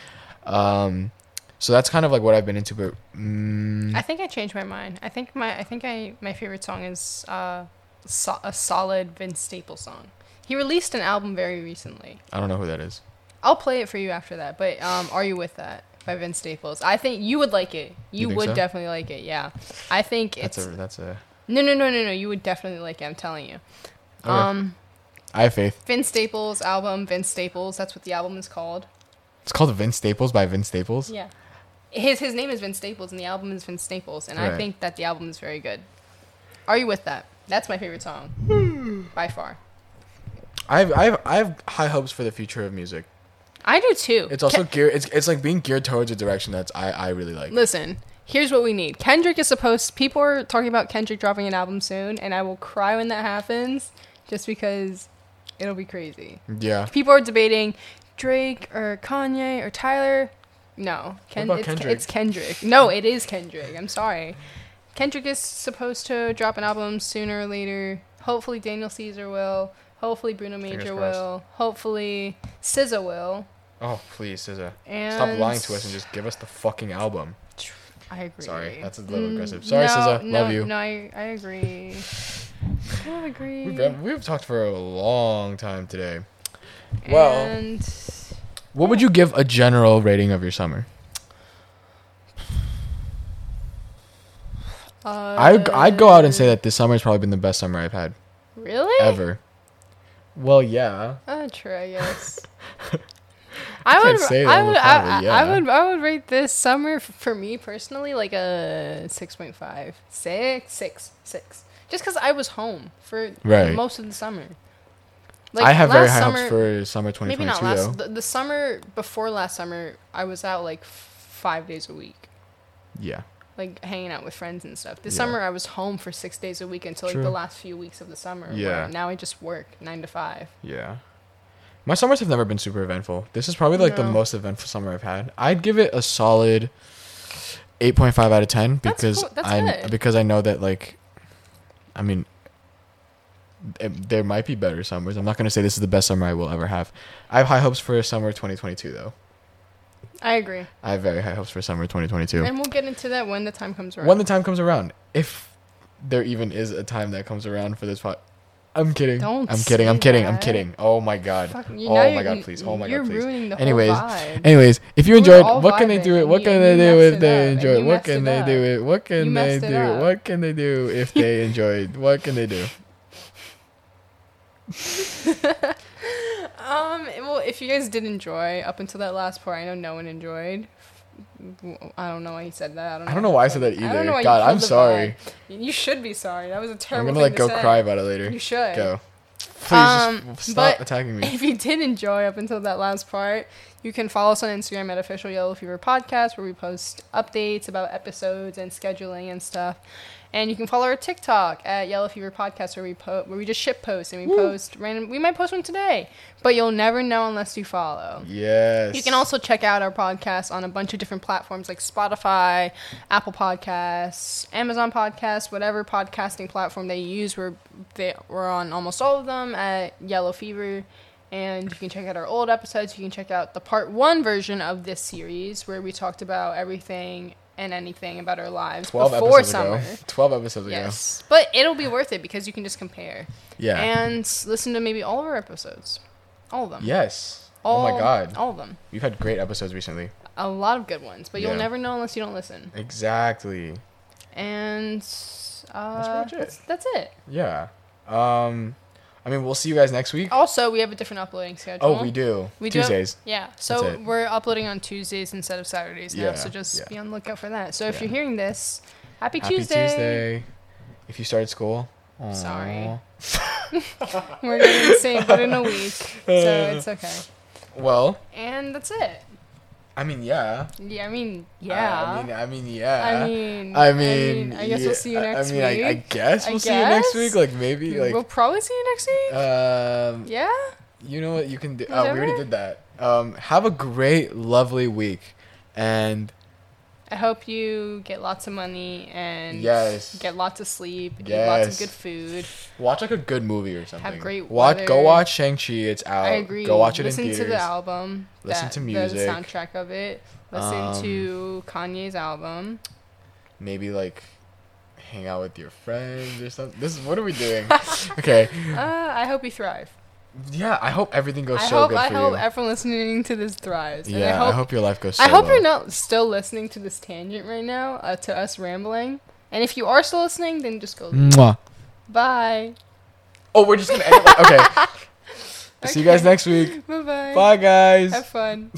Speaker 1: Um so that's kind of like what I've been into but mm,
Speaker 2: I think I changed my mind. I think my I think I my favorite song is uh, so- a solid Vince Staples song. He released an album very recently.
Speaker 1: I don't know who that is.
Speaker 2: I'll play it for you after that. But um, are you with that by Vince Staples? I think you would like it.
Speaker 1: You
Speaker 2: You,
Speaker 1: think
Speaker 2: would
Speaker 1: so?
Speaker 2: definitely like it. Yeah, I think
Speaker 1: That's
Speaker 2: it's
Speaker 1: a that's a
Speaker 2: no no no no no. You would definitely like it. I'm telling you.
Speaker 1: Okay.
Speaker 2: Um,
Speaker 1: I have faith.
Speaker 2: Vince Staples album. Vince Staples. That's what the album is called.
Speaker 1: It's called Vince Staples by Vince Staples.
Speaker 2: Yeah. His his name is Vince Staples and the album is Vince Staples and
Speaker 1: Right.
Speaker 2: I think that the album is very good. Are you with that? That's my favorite song. by far.
Speaker 1: I've I've I have high hopes for the future of music.
Speaker 2: I do too.
Speaker 1: It's
Speaker 2: Ke-
Speaker 1: also geared it's it's like being geared towards a direction that's I I really like.
Speaker 2: Listen, here's what we need. Kendrick is supposed people are talking about Kendrick dropping an album soon and I will cry when that happens just because it'll be crazy.
Speaker 1: Yeah.
Speaker 2: People are debating Drake or Kanye or Tyler. No, Ken-
Speaker 1: about Kendrick?
Speaker 2: it's, Kendrick? it's Kendrick. No, it is Kendrick. I'm sorry. Kendrick is supposed to drop an album sooner or later. Hopefully, Daniel Caesar will. Hopefully, Bruno
Speaker 1: Fingers
Speaker 2: Major
Speaker 1: crossed.
Speaker 2: will. Hopefully, SZA will.
Speaker 1: Oh please, SZA,
Speaker 2: And
Speaker 1: stop lying to us and just give us the fucking album.
Speaker 2: I agree. Mm,
Speaker 1: Sorry, that's a little aggressive. Sorry, SZA,
Speaker 2: no,
Speaker 1: love you.
Speaker 2: No, I, I agree. I kind of agree.
Speaker 1: We've, been- we've talked for a long time today. well-
Speaker 2: And
Speaker 1: What would you give a general rating of your summer?
Speaker 2: uh,
Speaker 1: I I'd go out and say that this summer has probably been the best summer I've had
Speaker 2: Really?
Speaker 1: ever. Well, yeah.
Speaker 2: Oh, true. I guess. I would.
Speaker 1: can't say that
Speaker 2: I
Speaker 1: we're
Speaker 2: would.
Speaker 1: probably-
Speaker 2: I, I- I
Speaker 1: yeah.
Speaker 2: would. I would rate this summer f- for me personally like a six point five, six, six, six. Just because I was home for
Speaker 1: Right.
Speaker 2: most of the summer.
Speaker 1: I have very
Speaker 2: last
Speaker 1: high hopes for summer 2022
Speaker 2: maybe not
Speaker 1: though.
Speaker 2: last the, the summer before last summer. I was out like f- five days a week,
Speaker 1: yeah.
Speaker 2: like hanging out with friends and stuff. This
Speaker 1: Yeah.
Speaker 2: summer I was home for six days a week until like
Speaker 1: True.
Speaker 2: the last few weeks of the summer.
Speaker 1: Yeah.
Speaker 2: where now I just work nine to five.
Speaker 1: Yeah. My summers have never been super eventful. This is probably like the
Speaker 2: No.
Speaker 1: most eventful summer I've had. I'd give it a solid 8.5 out of 10
Speaker 2: That's
Speaker 1: because
Speaker 2: cool- that's
Speaker 1: I
Speaker 2: good.
Speaker 1: because I know that like I mean it- there might be better summers. I'm not going to say this is the best summer I will ever have. I have high hopes for summer 2022 though.
Speaker 2: I agree,
Speaker 1: I have very high hopes for summer 2022.
Speaker 2: and we'll get into that when the time comes around.
Speaker 1: When the time comes around, if there even is a time that comes around for this pot. I'm kidding.
Speaker 2: Don't
Speaker 1: I'm kidding. I'm
Speaker 2: say
Speaker 1: kidding. I'm
Speaker 2: that.
Speaker 1: kidding. Oh my god.
Speaker 2: Fuck, you-
Speaker 1: oh
Speaker 2: now
Speaker 1: my
Speaker 2: you're-
Speaker 1: god, please. Oh my
Speaker 2: you're
Speaker 1: god, please.
Speaker 2: ruining the whole
Speaker 1: Anyways,
Speaker 2: vibe.
Speaker 1: Anyways, if you
Speaker 2: We were
Speaker 1: enjoyed,
Speaker 2: all
Speaker 1: what can they
Speaker 2: vibing,
Speaker 1: do it? What
Speaker 2: and
Speaker 1: can
Speaker 2: you-
Speaker 1: they
Speaker 2: and
Speaker 1: do
Speaker 2: you
Speaker 1: if
Speaker 2: messed
Speaker 1: they
Speaker 2: it up,
Speaker 1: enjoy it?
Speaker 2: and you
Speaker 1: What can
Speaker 2: messed
Speaker 1: they
Speaker 2: it
Speaker 1: do it? What can they
Speaker 2: messed
Speaker 1: do
Speaker 2: it
Speaker 1: it?
Speaker 2: up.
Speaker 1: What can they do if they enjoy it? What can they do?
Speaker 2: Um, well, if you guys did enjoy up until that last part, I know no one enjoyed. W- I don't know why he said that. I don't know,
Speaker 1: I don't know why I said that
Speaker 2: I don't
Speaker 1: either.
Speaker 2: know why you
Speaker 1: God,
Speaker 2: killed
Speaker 1: I'm
Speaker 2: the
Speaker 1: sorry.
Speaker 2: vibe. You should be sorry. That was a
Speaker 1: I'm
Speaker 2: terrible.
Speaker 1: gonna like
Speaker 2: thing
Speaker 1: go
Speaker 2: to say.
Speaker 1: cry about it later.
Speaker 2: You should.
Speaker 1: Go. Please
Speaker 2: Um,
Speaker 1: just stop
Speaker 2: but-
Speaker 1: attacking me.
Speaker 2: If you did enjoy up until that last part, you can follow us on Instagram at official Yellow Fever Podcast, where we post updates about episodes and scheduling and stuff. And you can follow our TikTok at Yellow Fever Podcast, where we po- where we just ship post and we post random. We might post one today, but you'll never know unless you follow.
Speaker 1: Yes.
Speaker 2: You can also check out our podcast on a bunch of different platforms like Spotify, Apple Podcasts, Amazon Podcasts, whatever podcasting platform they use. We're, they, we're on almost all of them at Yellow Fever. And you can check out our old episodes. You can check out the part one version of this series where we talked about everything and anything about our lives
Speaker 1: twelve
Speaker 2: before
Speaker 1: episodes
Speaker 2: summer.
Speaker 1: ago. Twelve episodes ago.
Speaker 2: Yes. But it'll be worth it because you can just compare
Speaker 1: Yeah.
Speaker 2: and listen to maybe all of our episodes. All of them.
Speaker 1: yes.
Speaker 2: All,
Speaker 1: oh my god.
Speaker 2: All of them
Speaker 1: We've had great episodes recently.
Speaker 2: a lot of good ones, but you'll
Speaker 1: Yeah.
Speaker 2: never know unless you don't listen.
Speaker 1: Exactly.
Speaker 2: And Uh,
Speaker 1: pretty much it.
Speaker 2: That's, that's it.
Speaker 1: Yeah. Um, I mean, we'll see you guys next week.
Speaker 2: Also, we have a different uploading schedule.
Speaker 1: Oh, we do.
Speaker 2: Oh, We do have-
Speaker 1: Tuesdays.
Speaker 2: Yeah. So
Speaker 1: it.
Speaker 2: we're uploading on Tuesdays instead of Saturdays now.
Speaker 1: Yeah,
Speaker 2: So just
Speaker 1: yeah.
Speaker 2: be on the lookout for that. So if
Speaker 1: Yeah.
Speaker 2: you're hearing this, happy,
Speaker 1: Happy
Speaker 2: Tuesday.
Speaker 1: Tuesday. If you started school. Aw.
Speaker 2: Sorry. We're gonna be the same, but in a week. So it's okay.
Speaker 1: Well,
Speaker 2: And that's it.
Speaker 1: I mean, yeah.
Speaker 2: Yeah, I mean,
Speaker 1: Uh,
Speaker 2: yeah.
Speaker 1: I mean, I mean, yeah.
Speaker 2: I mean,
Speaker 1: I mean,
Speaker 2: I guess
Speaker 1: yeah,
Speaker 2: we'll see you
Speaker 1: I-
Speaker 2: next
Speaker 1: I mean, I, I
Speaker 2: week.
Speaker 1: guess
Speaker 2: I
Speaker 1: we'll see you next
Speaker 2: guess.
Speaker 1: week. Like maybe, like
Speaker 2: we'll probably see you next week.
Speaker 1: um,
Speaker 2: yeah.
Speaker 1: you know what you can do. Uh, we already
Speaker 2: Whatever.
Speaker 1: did that. Um, have a great, lovely week, and
Speaker 2: I hope you get lots of money and
Speaker 1: Yes.
Speaker 2: get lots of sleep, eat lots
Speaker 1: Yes.
Speaker 2: of good food.
Speaker 1: watch like a good movie or something.
Speaker 2: great
Speaker 1: Watch, go
Speaker 2: weather.
Speaker 1: watch Shang Chi. It's out.
Speaker 2: I agree.
Speaker 1: Go watch it
Speaker 2: Listen
Speaker 1: in theaters.
Speaker 2: to the album.
Speaker 1: Listen
Speaker 2: that-
Speaker 1: to
Speaker 2: The
Speaker 1: music.
Speaker 2: soundtrack of it. Listen
Speaker 1: Um,
Speaker 2: to Kanye's album.
Speaker 1: Maybe like hang out with your friends or something. This is what are we doing? okay.
Speaker 2: Uh, I hope you thrive.
Speaker 1: Yeah, I hope everything goes
Speaker 2: I
Speaker 1: so
Speaker 2: hope
Speaker 1: good
Speaker 2: I
Speaker 1: for
Speaker 2: hope
Speaker 1: you.
Speaker 2: everyone listening to this thrives. And
Speaker 1: yeah,
Speaker 2: I hope
Speaker 1: your life goes. So
Speaker 2: I hope
Speaker 1: well.
Speaker 2: you're not still listening to this tangent right now, uh, to us rambling. And if you are still listening, then just go.
Speaker 1: Mwah.
Speaker 2: Bye.
Speaker 1: Oh, we're just gonna end it. like- Okay. See you guys next week.
Speaker 2: Bye bye.
Speaker 1: Bye, guys.
Speaker 2: Have fun.